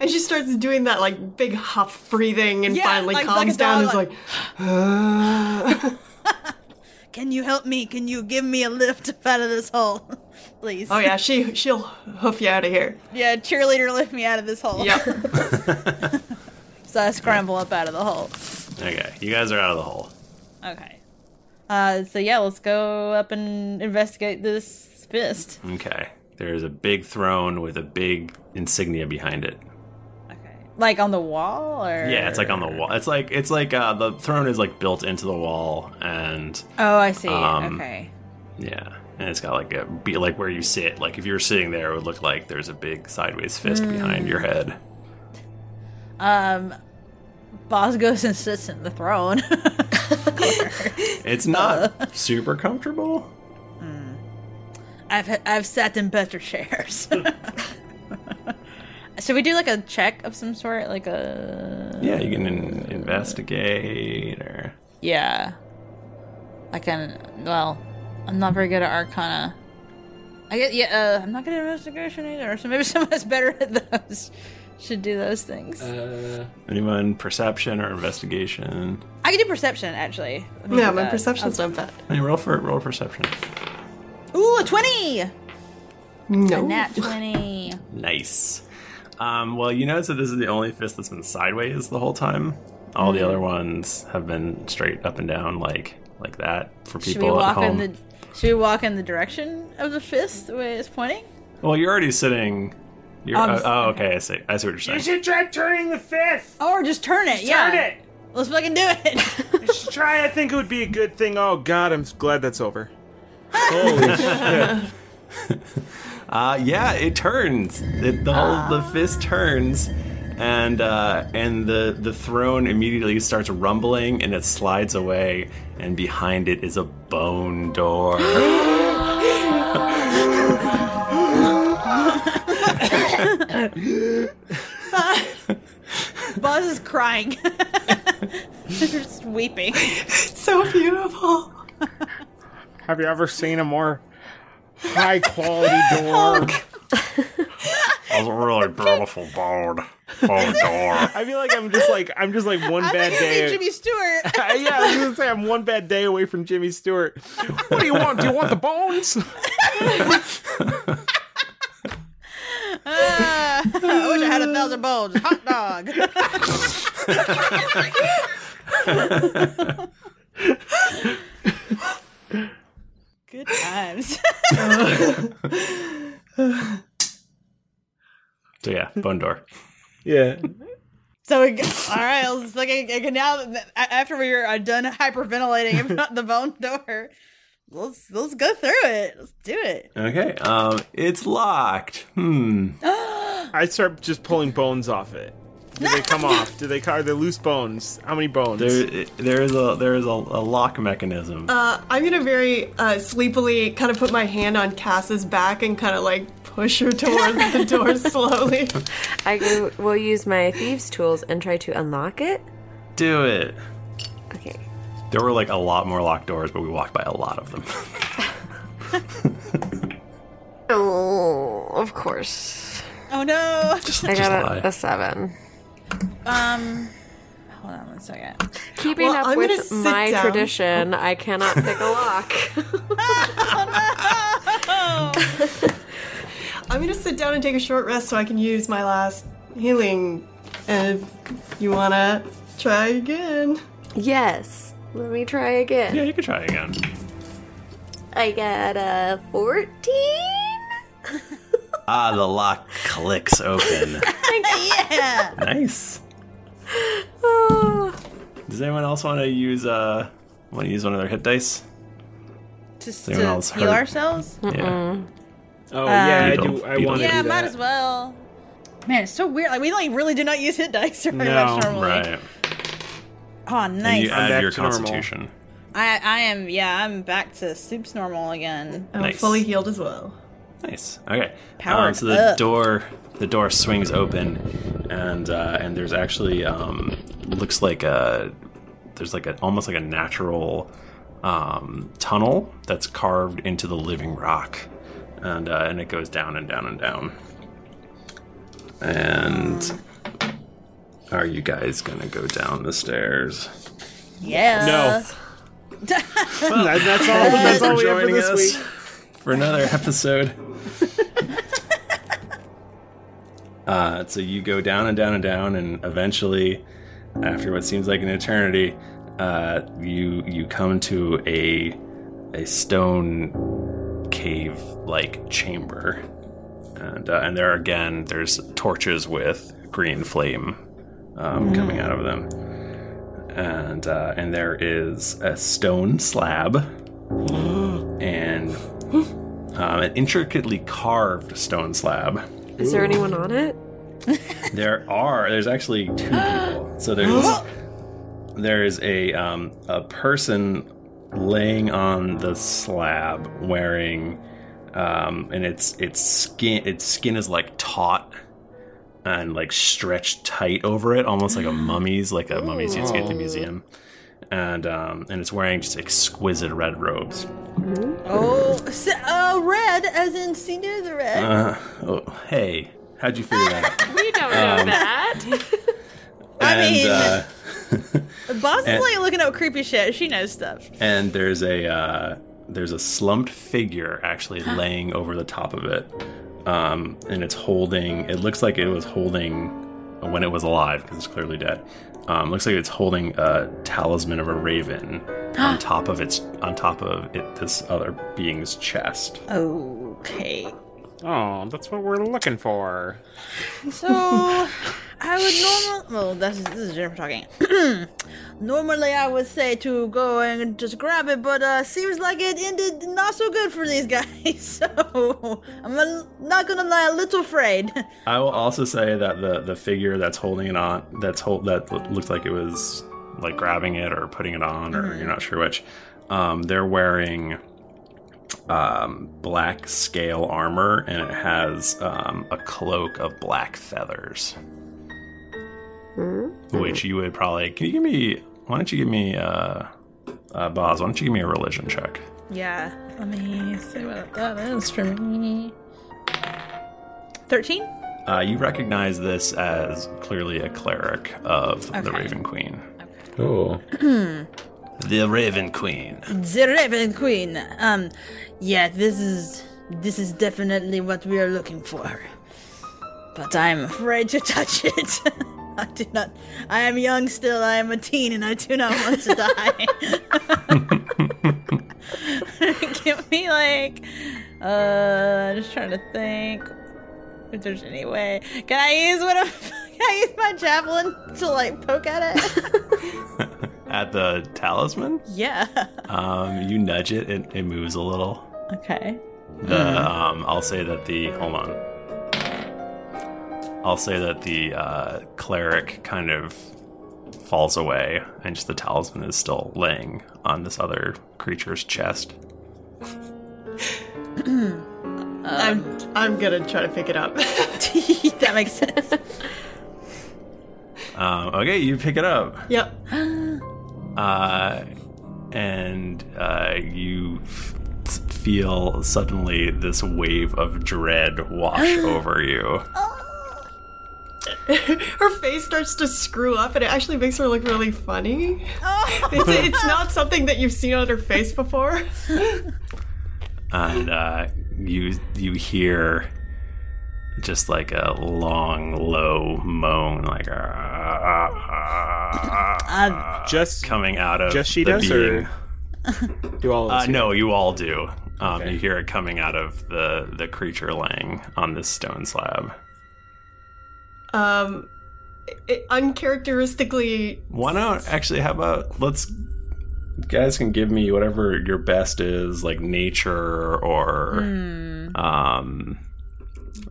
Speaker 5: And she starts doing that like big huff breathing and
Speaker 3: Yeah,
Speaker 5: finally
Speaker 3: like- like
Speaker 5: calms
Speaker 3: a
Speaker 5: down and
Speaker 3: dog,
Speaker 5: is "Ah." like, *laughs*
Speaker 3: *laughs* Can you help me? Can you give me a lift up out of this hole, *laughs* please?
Speaker 5: Oh yeah, she she'll hoof you out of here.
Speaker 3: *laughs* yeah, cheerleader lift me out of this hole.
Speaker 5: Yep.
Speaker 3: uh, scramble up out of the hole.
Speaker 1: Okay, you guys are out of the hole.
Speaker 3: Okay. Uh, so yeah, let's go up and investigate this fist.
Speaker 1: Okay. There is a big throne with a big insignia behind it.
Speaker 3: Like on the wall, or
Speaker 1: Yeah, it's like on the wall. It's like it's like uh, the throne is like built into the wall, and
Speaker 3: Oh, I see.
Speaker 1: um,
Speaker 3: okay.
Speaker 1: yeah, and it's got like a be like where you sit. Like if you were sitting there, it would look like there's a big sideways fist
Speaker 3: Mm.
Speaker 1: behind your head.
Speaker 3: Um, Boz goes and sits in the throne. *laughs*
Speaker 1: It's not super comfortable.
Speaker 3: Hmm. I've I've sat in
Speaker 1: *laughs*
Speaker 3: better chairs. *laughs* Should we do like a check of some sort, like a
Speaker 1: Yeah, you can in- investigate or
Speaker 3: yeah, like an well, I'm not very good at Arcana. I guess yeah, uh, I'm not good at investigation either, so maybe *laughs* someone's better at those should do those things.
Speaker 1: Uh, anyone perception or investigation.
Speaker 3: I can do perception actually. Let me
Speaker 5: Yeah,
Speaker 3: do
Speaker 5: my
Speaker 3: that.
Speaker 5: perception's
Speaker 3: I'll-
Speaker 5: not bad.
Speaker 1: Hey, roll for roll perception.
Speaker 3: Ooh, a twenty.
Speaker 5: No.
Speaker 3: A nat twenty.
Speaker 1: Nice. Um, well, you notice that this is the only fist that's been sideways the whole time. All
Speaker 3: Hmm.
Speaker 1: the other ones have been straight up and down, like like that for
Speaker 3: Should we
Speaker 1: people at
Speaker 3: walk in
Speaker 1: home.
Speaker 3: the Should we walk in the direction of the fist the way it's pointing?
Speaker 1: Well, you're already sitting. You're,
Speaker 3: Um,
Speaker 1: oh, oh, okay. I see. I see what you're saying.
Speaker 3: should try turning the fist. Oh, Or just turn it.
Speaker 2: Just
Speaker 3: yeah.
Speaker 2: turn it.
Speaker 3: Let's fucking do it.
Speaker 2: Just try. I think it would be a good thing. Oh God, I'm glad
Speaker 1: *laughs*
Speaker 2: that's over. *laughs* Holy
Speaker 3: *laughs*
Speaker 2: shit!
Speaker 1: Uh, yeah, it turns. It, the whole
Speaker 3: Ah.
Speaker 1: the fist turns, and uh, and the the throne immediately starts rumbling, and it slides away, and behind it is a bone
Speaker 3: *gasps*
Speaker 1: door. *gasps*
Speaker 3: *laughs* Buzz is crying. *laughs* just weeping.
Speaker 5: so beautiful.
Speaker 2: Have you ever seen a more high
Speaker 3: *laughs*
Speaker 2: quality door?
Speaker 3: Oh,
Speaker 1: I was really beautiful bone bone Oh, door.
Speaker 2: I feel like I'm just like I'm just like one bad day. *laughs* Uh,
Speaker 3: Jimmy Stewart.
Speaker 2: yeah, I was gonna say I'm one bad day away from Jimmy Stewart. What do you want? Do you want the bones?
Speaker 3: Ah, *laughs* I wish I had a thousand bones. Hot
Speaker 2: *laughs*
Speaker 3: dog. Good times.
Speaker 2: *laughs*
Speaker 3: *laughs*
Speaker 1: So yeah, bone door.
Speaker 2: Yeah.
Speaker 3: so, *laughs* we, go- all right, let's fucking okay, now. that- a- After we are uh, done hyperventilating about the bone door, let's let's go through it. Let's do it.
Speaker 1: *laughs* Okay. Um, it's locked. Hmm.
Speaker 2: *gasps* I start just pulling bones off it. Do they come off? Do they are they loose bones? How many bones?
Speaker 1: There, there is a there is a, a lock mechanism.
Speaker 5: Uh, I'm gonna very uh, sleepily kind of put my hand on Cass's back and kind of like push her
Speaker 4: *laughs*
Speaker 5: towards the door slowly.
Speaker 4: I go- will use my thieves' tools and try to unlock it.
Speaker 1: Do it.
Speaker 4: Okay.
Speaker 1: There were like a lot more locked doors, but we walked by a lot of them. *laughs*
Speaker 4: Oh, of course.
Speaker 3: Oh no!
Speaker 4: I got a, a seven.
Speaker 3: Um, hold on one second.
Speaker 4: Keeping up with my tradition, I cannot pick a
Speaker 5: *laughs*
Speaker 3: *laughs*
Speaker 4: lock.
Speaker 3: Oh.
Speaker 5: I'm gonna sit down and take a short rest so I can use my last healing. And if you wanna try again,
Speaker 4: yes, let me try again.
Speaker 1: yeah, you could try again.
Speaker 4: I got a fourteen.
Speaker 1: Ah, the lock clicks open.
Speaker 3: *laughs* yeah.
Speaker 1: nice. Does anyone else want to use uh want to use one of their hit dice?
Speaker 3: Just
Speaker 1: Anyone
Speaker 3: to
Speaker 1: else
Speaker 3: heal
Speaker 1: hurt?
Speaker 3: ourselves.
Speaker 1: Yeah.
Speaker 2: Oh yeah, I
Speaker 1: Beetle-
Speaker 2: do. I
Speaker 1: beetle.
Speaker 2: want to
Speaker 3: Yeah,
Speaker 2: do
Speaker 3: might
Speaker 2: that.
Speaker 3: as well. *laughs* Man, it's so weird. Like we don't really do not use hit dice very much *laughs* normally.
Speaker 1: Right.
Speaker 3: Oh,
Speaker 1: And
Speaker 3: nice.
Speaker 1: you add your constitution.
Speaker 3: I I am yeah. I'm back to soup's normal again.
Speaker 1: I'm Nice. fully
Speaker 5: Oh, healed as well.
Speaker 1: Nice. Okay. Um,
Speaker 3: Powered
Speaker 1: so the
Speaker 3: up.
Speaker 1: door the door swings open, and uh, and there's actually um, looks like a there's like a almost like a natural um, tunnel that's carved into the living rock, and uh, and it goes down and down and down. And are you guys gonna go down the stairs?
Speaker 3: Yeah.
Speaker 1: No.
Speaker 2: *laughs* That- that's all.
Speaker 1: *laughs* Thank you
Speaker 2: That's
Speaker 1: for
Speaker 2: all we have for
Speaker 1: joining
Speaker 2: this
Speaker 1: us
Speaker 2: week.
Speaker 1: for another *laughs* episode. uh, so you go down and down and down, and eventually After what seems like an eternity, uh, you you come to a a stone cave like chamber, and uh, and there again there's torches with green flame um,
Speaker 8: Mm.
Speaker 1: coming out of them, and uh, and there is a stone slab and um, an intricately carved stone slab.
Speaker 4: Is there anyone on it?
Speaker 1: There are. There's actually
Speaker 3: *gasps*
Speaker 1: two people. So there's there is a um, a person laying on the slab wearing um, and its its skin its skin is like taut and like stretched tight over it, almost
Speaker 3: *gasps*
Speaker 1: like a mummy's, like a mummy's you'd see at the
Speaker 8: Ooh.
Speaker 1: museum. And um, and it's wearing just exquisite red robes.
Speaker 3: Oh, s- uh, red as in senior the red.
Speaker 1: Uh, oh, hey, how'd you figure that out?
Speaker 3: *laughs* we don't
Speaker 1: know Um,
Speaker 3: that. I
Speaker 1: And,
Speaker 3: mean-
Speaker 1: uh,
Speaker 3: *laughs* Boss
Speaker 1: And-
Speaker 3: is like looking up creepy shit. She knows stuff.
Speaker 1: and there's a uh, there's a slumped figure actually laying over the top of it, um, and it's holding. It looks like it was holding uh, when it was alive because it's clearly dead. Um, looks like it's holding a talisman of a raven on top of its on top of it this other being's chest.
Speaker 3: Okay.
Speaker 2: Oh, that's what we're looking for.
Speaker 1: *laughs*
Speaker 3: So, I would normal. Well, that's this is Jennifer talking. *clears throat* Normally, I would say to go and just grab it, but uh, seems like it ended not so good for these guys. *laughs* So, I'm a, not gonna lie, a little afraid. *laughs*
Speaker 1: I will also say that the the figure that's holding it on that's hold that lo- looks like it was like grabbing it or putting it on or
Speaker 8: Mhm.
Speaker 1: you're not sure which. Um, they're wearing um, black scale armor and it has um, a cloak of black feathers, which you would probably. Can you give me? Why don't you give me, uh, uh, Boz? Why don't you give me a religion check?
Speaker 3: Yeah. Let me see what that is for me. Thirteen. *clears throat*
Speaker 1: Uh, you recognize this as clearly a cleric of the
Speaker 3: Okay.
Speaker 1: Raven Queen. Oh.
Speaker 3: Hmm.
Speaker 1: The Raven Queen.
Speaker 3: The Raven Queen. Um, yeah, this is this is definitely what we are looking for. But I'm afraid to touch it. *laughs* I do not. I am young still. I am a teen, and I do not want to die. *laughs* Give me like, uh, just trying to think if there's any way. Can I use what? I'm, *laughs* can I use my javelin to like poke at it? *laughs*
Speaker 1: At the talisman,
Speaker 3: yeah. *laughs*
Speaker 1: um, you nudge it, it, it moves a little.
Speaker 3: Okay. *gasps*
Speaker 1: The um, I'll say that the hold on. I'll say that the uh, cleric kind of falls away, and just the talisman is still laying on this other creature's chest.
Speaker 5: I'm I'm gonna try to pick it up.
Speaker 3: *laughs* that makes sense.
Speaker 1: Um, okay, you pick it up.
Speaker 5: *laughs* Yep. *laughs*
Speaker 1: uh, and uh, you f- feel suddenly this wave of dread wash over you.
Speaker 5: her face starts to screw up, and it actually makes her look really funny.
Speaker 3: Oh.
Speaker 5: It's, it's not something that you've seen on her face before. *laughs*
Speaker 1: and uh, you you hear just like a long, low moan, like "Ah, just ah, coming out of
Speaker 2: just Uh, she
Speaker 1: the
Speaker 2: does,
Speaker 1: being.
Speaker 2: or *laughs* do all of us
Speaker 1: Uh,
Speaker 2: hear
Speaker 1: no, you all do. Um, You hear it coming out of the the creature laying on this stone slab.
Speaker 5: Um, it uncharacteristically.
Speaker 1: Why not? Actually, how about let's. You guys can give me whatever your best is, like nature or
Speaker 5: Hmm.
Speaker 1: um,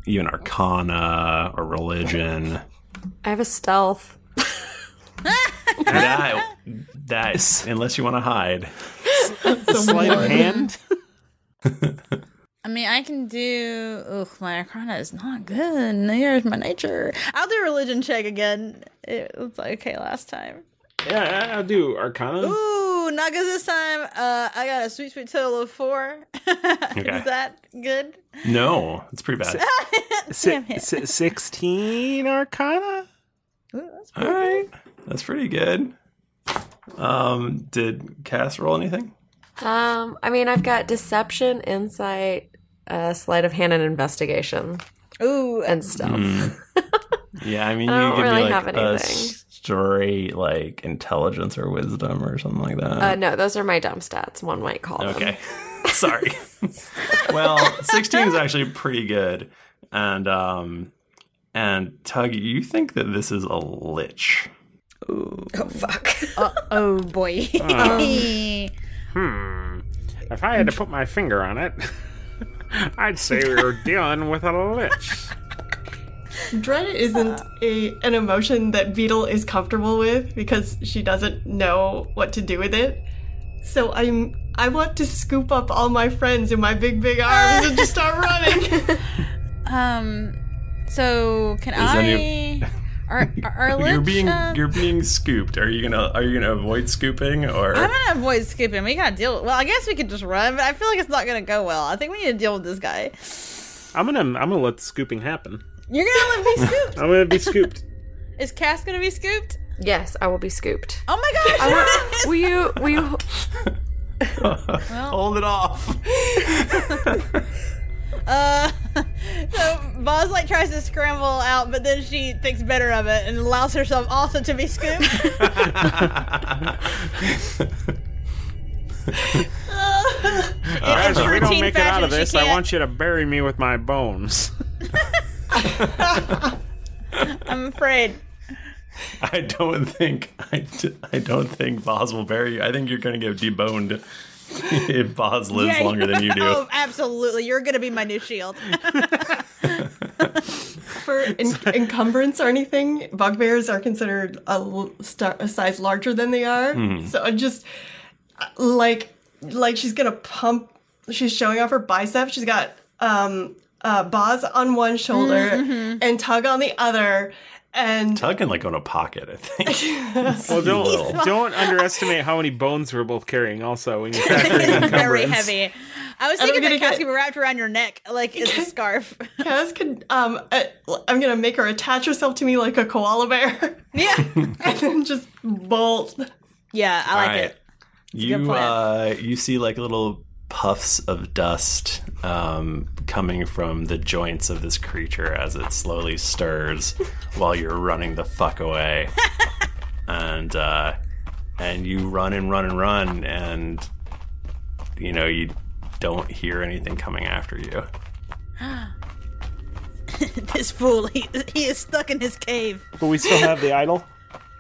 Speaker 1: even arcana or religion.
Speaker 4: I have a stealth.
Speaker 1: that, that, unless you want to hide.
Speaker 2: Sleight of
Speaker 3: *laughs*
Speaker 2: hand.
Speaker 3: I mean, I can do. Ugh, my arcana is not good. Here's my nature. I'll do religion check again. It was okay last time.
Speaker 2: Yeah, I- I'll do Arcana.
Speaker 3: Ooh, not good this time. Uh, I got a sweet, sweet total of four. *laughs*
Speaker 1: Okay.
Speaker 3: is that good?
Speaker 1: No, it's pretty
Speaker 3: *laughs*
Speaker 1: bad.
Speaker 2: Si- si- Sixteen Arcana.
Speaker 1: All right, that's pretty good. Um, did Cass roll anything?
Speaker 4: Um, I mean, I've got deception, insight, uh, sleight of hand, and investigation.
Speaker 3: Ooh,
Speaker 4: and stuff.
Speaker 1: Mm. Yeah, I mean,
Speaker 4: I
Speaker 1: you
Speaker 4: don't
Speaker 1: give
Speaker 4: really
Speaker 1: me
Speaker 4: have
Speaker 1: like a
Speaker 4: anything.
Speaker 1: s- straight like intelligence or wisdom or something like that?
Speaker 4: Uh, no, those are my dumb stats. One might call them.
Speaker 1: Okay. *laughs*
Speaker 3: *laughs*
Speaker 1: Sorry. well, 16 is actually pretty good. And um and Tug, you think that this is a lich.
Speaker 3: Oh fuck. Uh,
Speaker 1: *laughs*
Speaker 3: oh boy.
Speaker 2: Um. Hmm. If I had to put my finger on it, *laughs* I'd say we
Speaker 3: *laughs*
Speaker 2: were dealing with a lich.
Speaker 5: Dread isn't a an emotion that Beetle is comfortable with because she doesn't know what to do with it. So I'm I want to scoop up all my friends in my big big arms and just start running.
Speaker 3: Um, *laughs* so can
Speaker 1: Is
Speaker 3: I?
Speaker 1: any- *laughs*
Speaker 3: Are are, are
Speaker 1: you're
Speaker 3: Lich,
Speaker 1: being
Speaker 3: uh,
Speaker 1: you're being scooped. Are you gonna are you gonna avoid scooping or
Speaker 3: I'm gonna avoid skipping. We gotta deal. Well, I guess we could just run, but I feel like it's not gonna go well. I think we need to deal with this guy.
Speaker 2: I'm gonna I'm gonna let the scooping happen.
Speaker 3: You're gonna let me
Speaker 1: *laughs*
Speaker 3: scoop.
Speaker 2: I'm gonna be
Speaker 3: *laughs*
Speaker 2: scooped.
Speaker 3: Is Cass gonna be scooped?
Speaker 4: Yes, I will be scooped.
Speaker 3: Oh my gosh!
Speaker 4: will you? Will you?
Speaker 1: Hold it off.
Speaker 3: *laughs* Uh, *laughs* so Boz like tries to scramble out, but then she thinks better of it and allows herself also to
Speaker 1: *laughs*
Speaker 3: be scooped.
Speaker 2: Guys, if we don't
Speaker 3: routine
Speaker 2: make it out of
Speaker 3: fashion, she
Speaker 2: this, I
Speaker 3: can't-
Speaker 2: want you to bury me with my bones. *laughs*
Speaker 3: I'm afraid.
Speaker 1: *laughs* I don't think I, d- I don't think Boz will bury you. I think you're gonna get deboned *laughs* if Boz lives
Speaker 3: Yeah,
Speaker 1: longer than you do.
Speaker 3: *laughs* Oh, absolutely. You're gonna be my
Speaker 1: *laughs*
Speaker 3: new shield.
Speaker 2: *laughs*
Speaker 5: For en- encumbrance or anything, bugbears are considered a, l- star- a size larger than they are.
Speaker 8: Hmm.
Speaker 5: So I just uh, like like she's gonna pump. She's showing off her bicep. She's got um uh Boz on one shoulder
Speaker 3: Mm-hmm,
Speaker 1: Mhm.
Speaker 5: and Tug on the other. And *laughs*
Speaker 1: Tug can like go in a pocket, I think. *laughs*
Speaker 2: Well,
Speaker 1: Little.
Speaker 2: don't don't underestimate how many bones we're both carrying. Also,
Speaker 3: *laughs*
Speaker 2: when you factor in
Speaker 3: Very
Speaker 2: encumbrance.
Speaker 3: heavy. I was
Speaker 5: And
Speaker 3: thinking
Speaker 5: I'm gonna
Speaker 3: that Cass
Speaker 5: get-
Speaker 3: could be wrapped around your neck like it's a scarf.
Speaker 5: Kaz could um uh, I'm gonna make her attach herself to me like a koala bear.
Speaker 3: Yeah.
Speaker 5: *laughs* and then just bolt.
Speaker 3: Yeah, I
Speaker 1: All right. You uh, you see like little puffs of dust um, coming from the joints of this creature as it slowly stirs while you're running the fuck away, and uh, and you run and run and run and you know you don't hear anything coming after you.
Speaker 3: *laughs* this fool, he, he is stuck in his cave.
Speaker 2: But we still have the idol.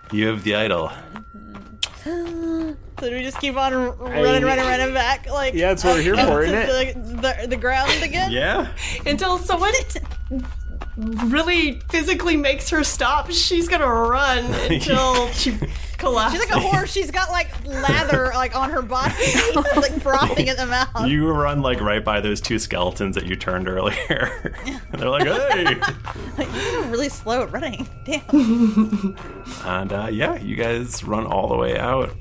Speaker 1: *laughs* You have the idol.
Speaker 3: *laughs* so do we just keep on r- running, running, running back? Like
Speaker 1: Yeah, that's what we're here
Speaker 3: *laughs* up
Speaker 1: for,
Speaker 3: to
Speaker 1: isn't
Speaker 3: The, the, the ground
Speaker 6: *laughs*
Speaker 3: again.
Speaker 1: Yeah.
Speaker 5: Until someone really physically makes her stop, she's gonna run until she collapses.
Speaker 3: She's like a horse. She's got like lather like on her body, *laughs* like frothing at the mouth.
Speaker 1: You run like right by those two skeletons that you turned earlier. *laughs* and they're like, "Hey!"
Speaker 3: Like, you're really slow at running. Damn.
Speaker 1: And uh, yeah, you guys run all the way out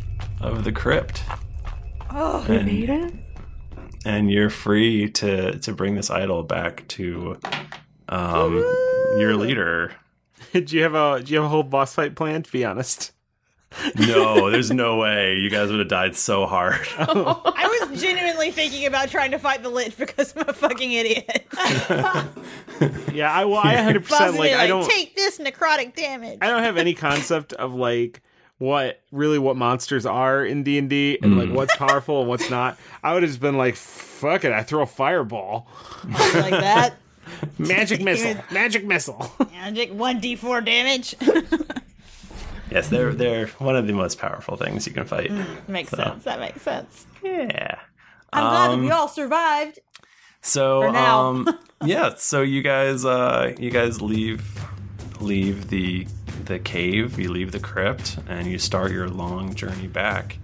Speaker 1: of the crypt,
Speaker 3: oh,
Speaker 1: We And- made it? and you're free to to bring this idol back to um, your leader.
Speaker 2: *laughs* do you have a do you have a whole boss fight planned? To be honest.
Speaker 1: No, there's no way you guys would have died so hard. *laughs*
Speaker 3: I was genuinely thinking about trying to fight the lich because I'm a fucking idiot.
Speaker 2: Yeah, I well, I 100
Speaker 3: Boss would
Speaker 2: percent
Speaker 3: be
Speaker 2: like I don't
Speaker 3: take this necrotic damage.
Speaker 2: I don't have any concept of like what really what monsters are in D and D and like
Speaker 1: Mm.
Speaker 2: what's powerful and what's not. I would have just been like, fuck it, I throw a fireball.
Speaker 3: like that.
Speaker 2: *laughs*
Speaker 3: *laughs*
Speaker 2: Magic missile. Magic missile.
Speaker 3: Magic one d
Speaker 2: *laughs*
Speaker 3: four damage.
Speaker 1: yes, they're they're one of the most powerful things you can *laughs* fight.
Speaker 3: Mm, makes
Speaker 1: So,
Speaker 3: sense. That makes sense.
Speaker 1: Yeah.
Speaker 3: I'm glad that
Speaker 1: Um,
Speaker 3: we all survived.
Speaker 1: So
Speaker 3: For now. *laughs*
Speaker 1: um yeah, so you guys uh you guys leave leave the the cave, you leave the crypt and you start your long journey back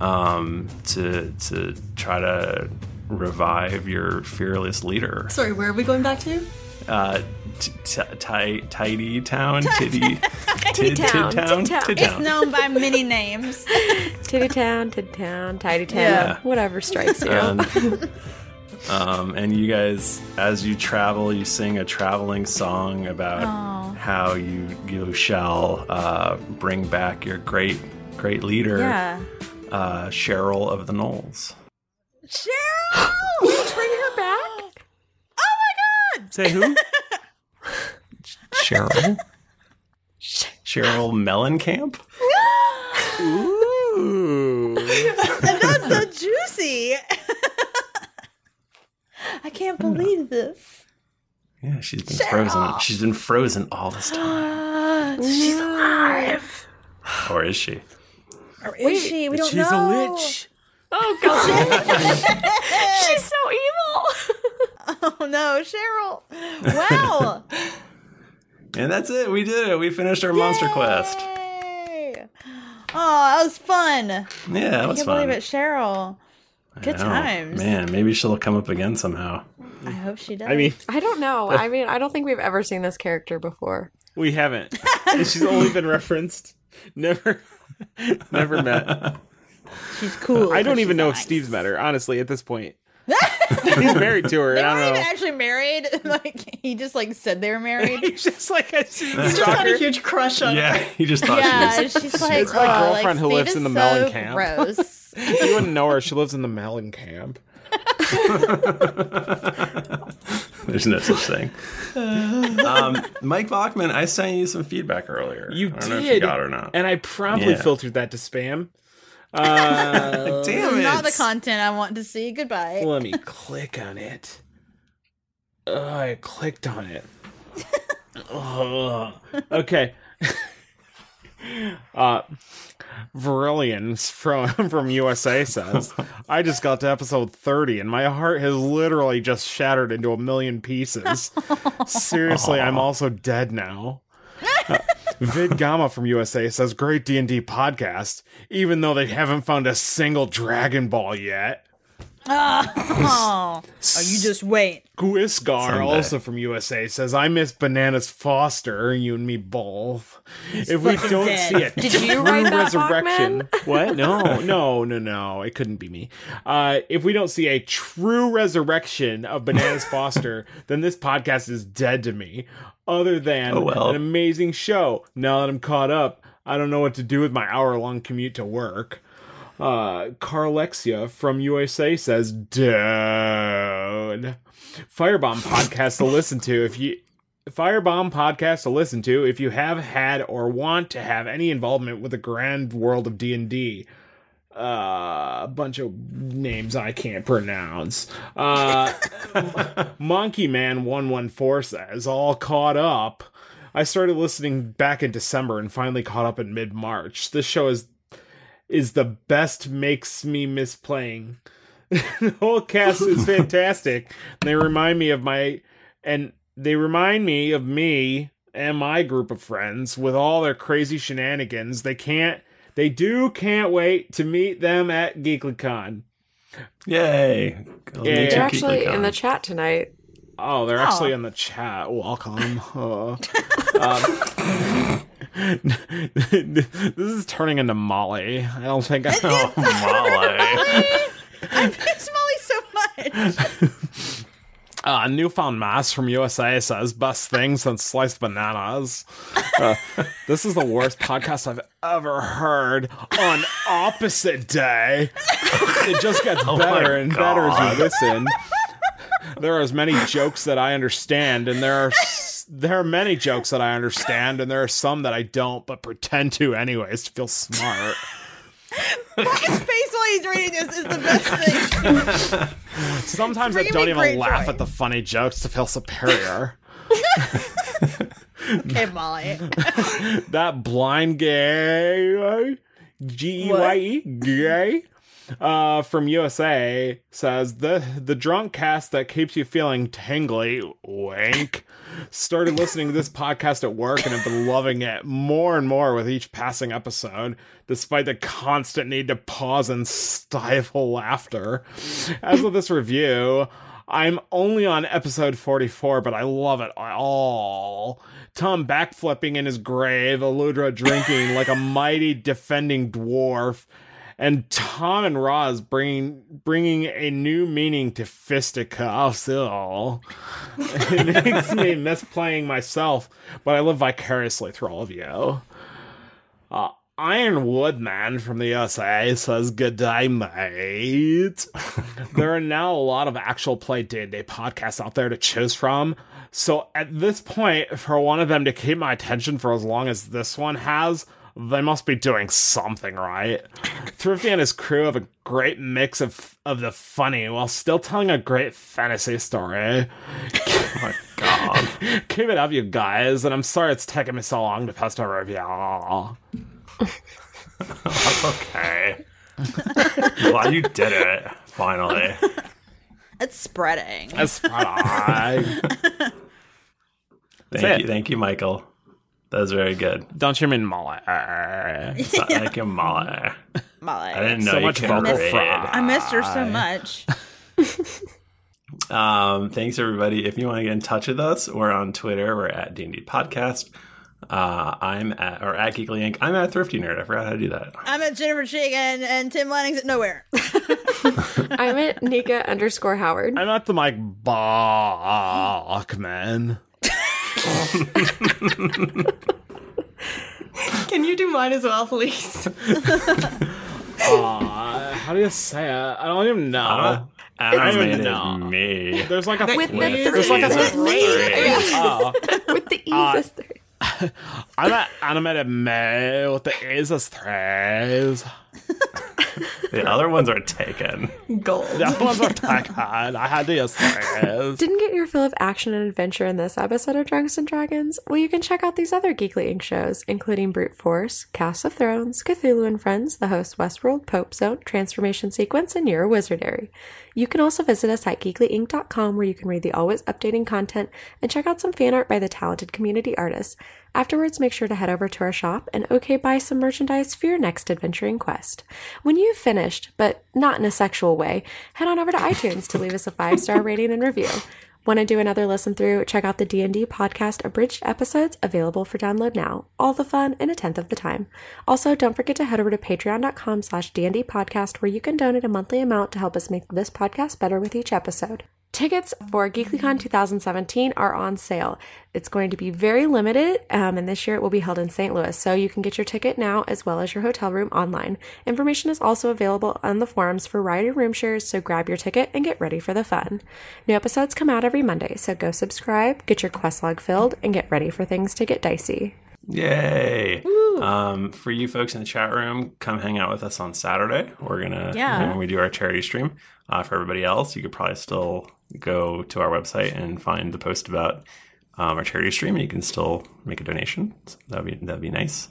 Speaker 1: um to to try to revive your fearless leader.
Speaker 5: Sorry, where are we going back to?
Speaker 1: Uh t- t- ti- tidy town, titty
Speaker 3: *laughs*
Speaker 1: Tid- Tid-town?
Speaker 4: Town, Tid-town.
Speaker 1: Tid-town.
Speaker 4: It's
Speaker 3: known by
Speaker 4: *laughs*
Speaker 3: many names.
Speaker 4: Titty town, titty town, tidy town,
Speaker 1: Yeah.
Speaker 4: whatever strikes you.
Speaker 1: And, um, and you guys, as you travel, you sing a traveling song about
Speaker 4: Aw.
Speaker 1: how you you shall uh, bring back your great great leader,
Speaker 3: Yeah.
Speaker 1: uh, Cheryl of the Knolls.
Speaker 3: *gasps* Cheryl, Oh we bring her back. *gasps* *laughs*
Speaker 1: Say who? Cheryl. Cheryl Mellencamp.
Speaker 3: Ooh. That's so juicy. *laughs* I can't
Speaker 1: Hmm.
Speaker 3: believe this.
Speaker 1: Yeah, she's been frozen. She's been frozen all this time.
Speaker 3: *gasps* She's alive.
Speaker 1: Or is she?
Speaker 3: Or is she? We don't
Speaker 1: she's a
Speaker 3: know.
Speaker 1: witch.
Speaker 3: Oh *laughs* god. She's so evil. *laughs* Oh no, Cheryl. Wow.
Speaker 1: And that's it. We did it. We finished our monster quest.
Speaker 3: Hey. Oh, that was fun. Yeah,
Speaker 1: that
Speaker 3: I
Speaker 1: was
Speaker 3: can't
Speaker 1: fun.
Speaker 3: believe it, Cheryl. Good
Speaker 1: I know.
Speaker 3: times.
Speaker 1: Man, maybe she'll come up again somehow.
Speaker 3: I hope she does.
Speaker 1: I mean-
Speaker 4: I don't know.
Speaker 2: *laughs*
Speaker 4: I mean, I don't think we've ever seen this character before.
Speaker 2: We
Speaker 3: *laughs*
Speaker 2: haven't. She's only been referenced. Never, *laughs* never met.
Speaker 3: She's cool.
Speaker 2: I don't
Speaker 3: but
Speaker 2: even
Speaker 3: she's
Speaker 2: know
Speaker 3: not
Speaker 2: if Steve's met her, honestly, at this
Speaker 3: *laughs*
Speaker 2: point. He's married to her.
Speaker 3: They
Speaker 2: and
Speaker 3: weren't
Speaker 2: I don't
Speaker 3: even
Speaker 2: know.
Speaker 3: actually married. *laughs* Like he just like said they were married. He's
Speaker 2: just like I just
Speaker 5: He's just had a huge crush on
Speaker 1: Yeah,
Speaker 5: her.
Speaker 1: he just thought
Speaker 3: Yeah,
Speaker 1: she was.
Speaker 3: she's like,
Speaker 2: It's my
Speaker 3: "Oh,
Speaker 2: girlfriend who
Speaker 3: like, Steve
Speaker 2: lives
Speaker 3: is
Speaker 2: in the
Speaker 3: so
Speaker 2: Mellon camp."
Speaker 3: Gross.
Speaker 2: *laughs* you wouldn't know her. She lives in the Mellon *laughs* camp.
Speaker 1: *laughs* There's no such thing. Um, Mike Bachman, I sent you some feedback earlier. You I don't know if you
Speaker 2: did.
Speaker 1: got it or not.
Speaker 2: And I promptly
Speaker 1: Yeah.
Speaker 2: filtered that to *laughs* spam. Uh,
Speaker 3: Not the content I want to see. Goodbye.
Speaker 2: Let me click on it. Oh, I clicked on it. Ugh. okay. *laughs* Uh, Virilians from *laughs* from USA says, "I just got to episode thirty, and my heart has literally just shattered into a million pieces. Seriously, I'm also dead now." Uh, Vid Gama from USA says, "Great D and D podcast, even though they haven't found a single Dragon Ball yet."
Speaker 3: *laughs* Oh, oh, you just wait.
Speaker 2: Guisgar,
Speaker 3: Someday.
Speaker 2: also from USA, says, I miss Bananas Foster, you and me both. if we
Speaker 13: fucking
Speaker 2: don't
Speaker 13: dead.
Speaker 2: see it,
Speaker 13: Did you write that,
Speaker 2: resurrection. What? No, no, no, no. It couldn't be me. Uh, if we don't see a true resurrection of Bananas Foster, *laughs* then this podcast is dead to me. Other than
Speaker 1: Oh, well.
Speaker 2: an amazing show. Now that I'm caught up, I don't know what to do with my hour long commute to work. Uh, Carlexia from USA says, dude. Firebomb podcast to listen to if you Firebomb podcast to listen to if you have had or want to have any involvement with the grand world of D&D. Uh, a bunch of names I can't pronounce. Uh, Monkey Man 114 says, all caught up. I started listening back in December and finally caught up in mid-March. This show is is the best makes me miss playing. *laughs* the whole cast is fantastic. they remind me of my and they remind me of me and my group of friends with all their crazy shenanigans. They can't they do can't wait to meet them at GeeklyCon.
Speaker 1: Yay. Go meet
Speaker 4: They're actually in the chat tonight.
Speaker 2: Oh, they're
Speaker 4: Oh.
Speaker 2: actually in the chat. Welcome. Uh, um, *laughs* this is turning into Molly. I don't think I know Molly.
Speaker 3: I miss Molly so much.
Speaker 2: Uh, Newfound Mass from USA says best thing since sliced bananas. Uh, this is the worst podcast I've ever heard on opposite day. It just *laughs* gets
Speaker 13: *laughs* Oh my
Speaker 2: better and better as
Speaker 13: God.
Speaker 2: you listen. There are as many jokes that I understand, and there are s- there are many jokes that I understand, and there are some that I don't, but pretend to anyways to
Speaker 13: *laughs*
Speaker 2: feel smart.
Speaker 3: His face while he's reading this is the best thing.
Speaker 2: Sometimes I
Speaker 3: Bringing
Speaker 2: don't
Speaker 3: me
Speaker 2: even
Speaker 3: great
Speaker 2: laugh
Speaker 3: joy.
Speaker 2: at the funny jokes to feel superior.
Speaker 3: Okay, Molly.
Speaker 2: *laughs* that blind gay G E Y E gay uh, from USA says the the drunk cast that keeps you feeling tingly wank. Started listening to this podcast at work and have been loving it more and more with each passing episode, despite the constant need to pause and stifle laughter. As with this review, I'm only on episode 44, but I love it all. Tom backflipping in his grave, Eludra drinking like a mighty defending dwarf, and Tom and Roz bringing bringing a new meaning to fisticuffs. Ew. *laughs* it makes me miss playing myself, but I live vicariously through all of you. Uh, Ironwood Man from the USA says, Good day, mate. there are now a lot of actual Play Day Day podcasts out there to choose from. So at this point, for one of them to keep my attention for as long as this one has, they must be doing something right. Thrifty and his crew have a great mix of, of the funny while still telling a great fantasy story. *laughs* Keep it up, you guys, and I'm sorry it's taking me so long to post a review.
Speaker 1: *laughs*
Speaker 2: *laughs*
Speaker 1: okay. Glad you did it, finally.
Speaker 3: It's spreading.
Speaker 1: It's
Speaker 3: *laughs*
Speaker 1: spreading. Thank you, thank you, Michael. That was very good.
Speaker 2: Don't you mean Molly? *laughs* Thank
Speaker 1: Thank you, Molly.
Speaker 3: Molly.
Speaker 1: I didn't know
Speaker 2: So
Speaker 1: you
Speaker 2: much
Speaker 1: could
Speaker 2: vocal
Speaker 1: read.
Speaker 2: fry.
Speaker 3: I missed her so
Speaker 1: *laughs*
Speaker 3: much.
Speaker 1: Um, thanks everybody. If you want to get in touch with us, we're on Twitter. We're at D&D Podcast. Uh, I'm at or at Geekly Inc. I'm at Thrifty Nerd. I forgot how to do that.
Speaker 3: I'm at Jennifer Chick and, and Tim Lanning's at nowhere.
Speaker 4: *laughs* I'm at Nika underscore Howard.
Speaker 2: I'm not the Mike
Speaker 3: *laughs*
Speaker 2: Bachman.
Speaker 5: Can you do mine as well, please?
Speaker 2: Aw, how do you say it? I don't even know.
Speaker 1: Uh,
Speaker 2: I don't even
Speaker 1: animated
Speaker 2: know.
Speaker 1: me.
Speaker 2: There's like a
Speaker 1: With
Speaker 2: flip.
Speaker 1: the
Speaker 2: There's like a
Speaker 1: three. With me. *laughs*
Speaker 2: Oh.
Speaker 4: With the E's
Speaker 2: Uh,
Speaker 4: as th-
Speaker 2: *laughs* I'm an animated male with the A's as threes.
Speaker 1: The other ones are taken.
Speaker 5: Gold.
Speaker 2: The other ones are taken. I had the as
Speaker 3: *laughs*
Speaker 2: threes.
Speaker 4: Didn't get your fill of action and adventure in this episode of Drunks and Dragons? Well, you can check out these other Geekly Inc. shows, including Brute Force, Cast of Thrones, Cthulhu and Friends, The Host Westworld, Pope Zone, Transformation Sequence, and Your Wizardary. You can also visit us at geeklyinc.com where you can read the always updating content and check out some fan art by the talented community artists. Afterwards, make sure to head over to our shop and okay buy some merchandise for your next adventuring quest. When you've finished, but not in a sexual way, head on over to iTunes to leave us a five star rating and review. Want to do another listen through? Check out the D&D podcast abridged episodes available for download now. All the fun in a tenth of the time. Also, don't forget to head over to patreon.com slash D&D podcast where you can donate a monthly amount to help us make this podcast better with each episode. Tickets for GeeklyCon 2017 are on sale. It's going to be very limited, um, and this year it will be held in St. Louis, so you can get your ticket now as well as your hotel room online. Information is also available on the forums for ride and room shares, so grab your ticket and get ready for the fun. New episodes come out every Monday, so go subscribe, get your quest log filled, and get ready for things to get dicey.
Speaker 1: Yay! Um, for you folks in the chat room, come hang out with us on Saturday. We're gonna
Speaker 4: Yeah.
Speaker 1: when we do our charity stream. Uh, for everybody else, you could probably still go to our website and find the post about um, our charity stream. You can still make a donation. So that'd be that'd be nice.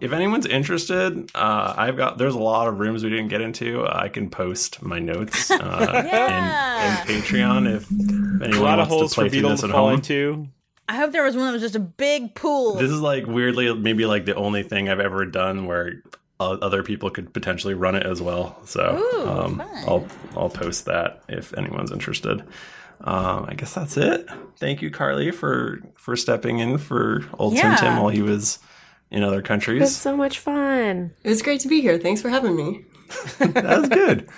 Speaker 1: If anyone's interested, uh, I've got there's a lot of rooms we didn't get into. I can post my notes uh, in, in Patreon if
Speaker 2: A
Speaker 1: anyone
Speaker 2: lot of
Speaker 1: wants
Speaker 2: holes
Speaker 1: to
Speaker 2: for
Speaker 1: play through
Speaker 2: Beetle
Speaker 1: this
Speaker 2: to
Speaker 1: at
Speaker 2: fall
Speaker 1: home.
Speaker 2: into.
Speaker 3: I hope there was one that was just a big pool.
Speaker 1: This is like weirdly maybe like the only thing I've ever done where o- other people could potentially run it as well. So
Speaker 3: Ooh,
Speaker 1: um, I'll I'll post that if anyone's interested. Um, I guess that's it. Thank you, Carly, for for stepping in for old
Speaker 4: Yeah.
Speaker 1: Tim Tim while he was in other
Speaker 4: It was
Speaker 1: countries.
Speaker 4: so much fun.
Speaker 5: It was great to be here. Thanks for having me.
Speaker 1: that was good.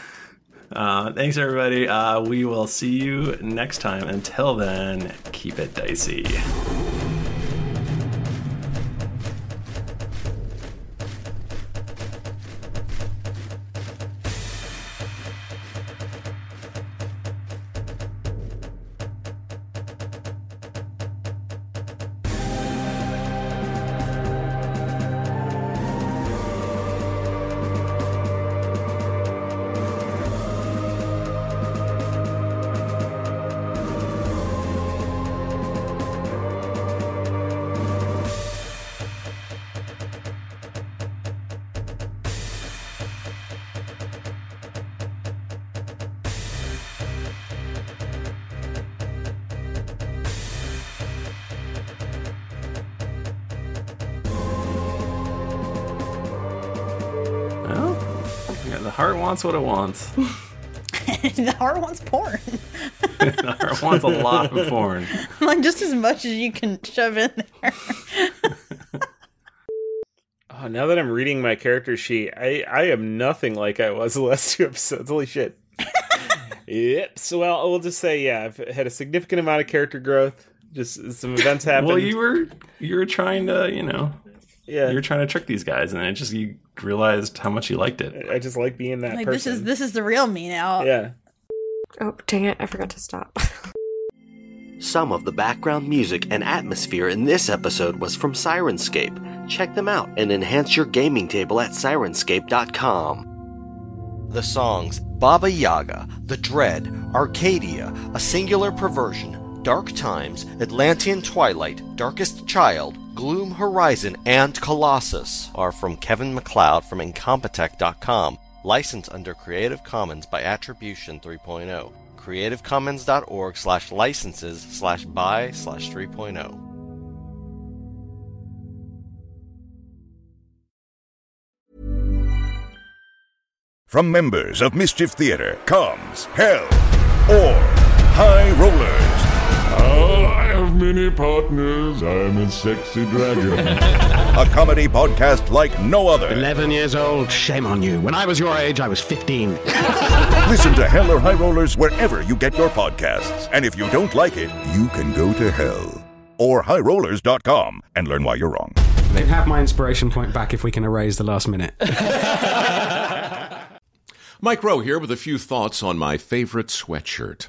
Speaker 1: Uh, thanks, everybody. Uh, we will see you next time. Until then, keep it dicey. Well, yeah, the heart wants what it wants.
Speaker 3: *laughs*
Speaker 1: *laughs*
Speaker 3: the heart wants porn.
Speaker 1: the *laughs* heart wants a lot of porn.
Speaker 3: *laughs* like just as much as you can shove in
Speaker 1: *laughs*
Speaker 3: there.
Speaker 2: Oh, now that I'm reading my character sheet, I, I am nothing like I was *laughs* the last two episodes. Holy shit. yep. So, well, we'll just say, yeah, I've had a significant amount of character growth. Just some events happened.
Speaker 1: Well, uh, you were you were trying to, you know, Yeah. You're trying to trick these guys, and then it just you realized how much you liked it.
Speaker 2: I just like being that
Speaker 3: like this is this is the real me now.
Speaker 2: Yeah.
Speaker 4: Oh, dang it. I forgot to stop.
Speaker 8: Some of the background music and atmosphere in this episode was from Sirenscape. Check them out and enhance your gaming table at sirenscape.com. The songs Baba Yaga, The Dread, Arcadia, A Singular Perversion, Dark Times, Atlantean Twilight, Darkest Child, Gloom Horizon, and Colossus are from Kevin McLeod from Incompetech.com, licensed under Creative Commons by Attribution oh. 3.0 creativecommons.org slash licenses slash buy slash oh. 3.0
Speaker 14: From members of *laughs* Mischief Theater comes Hell or High Rollers.
Speaker 15: Oh, I have many partners. I'm a sexy dragon.
Speaker 14: *laughs* A comedy podcast like no other.
Speaker 16: 11 years old, shame on you. When I was your age, I was 15.
Speaker 14: *laughs* Listen to Hell or High Rollers wherever you get your podcasts. And if you don't like it, you can go to hell or highrollers.com and learn why you're wrong.
Speaker 17: They have my inspiration point back if we can erase the last minute.
Speaker 18: Mike Rowe here with a few thoughts on my favorite sweatshirt.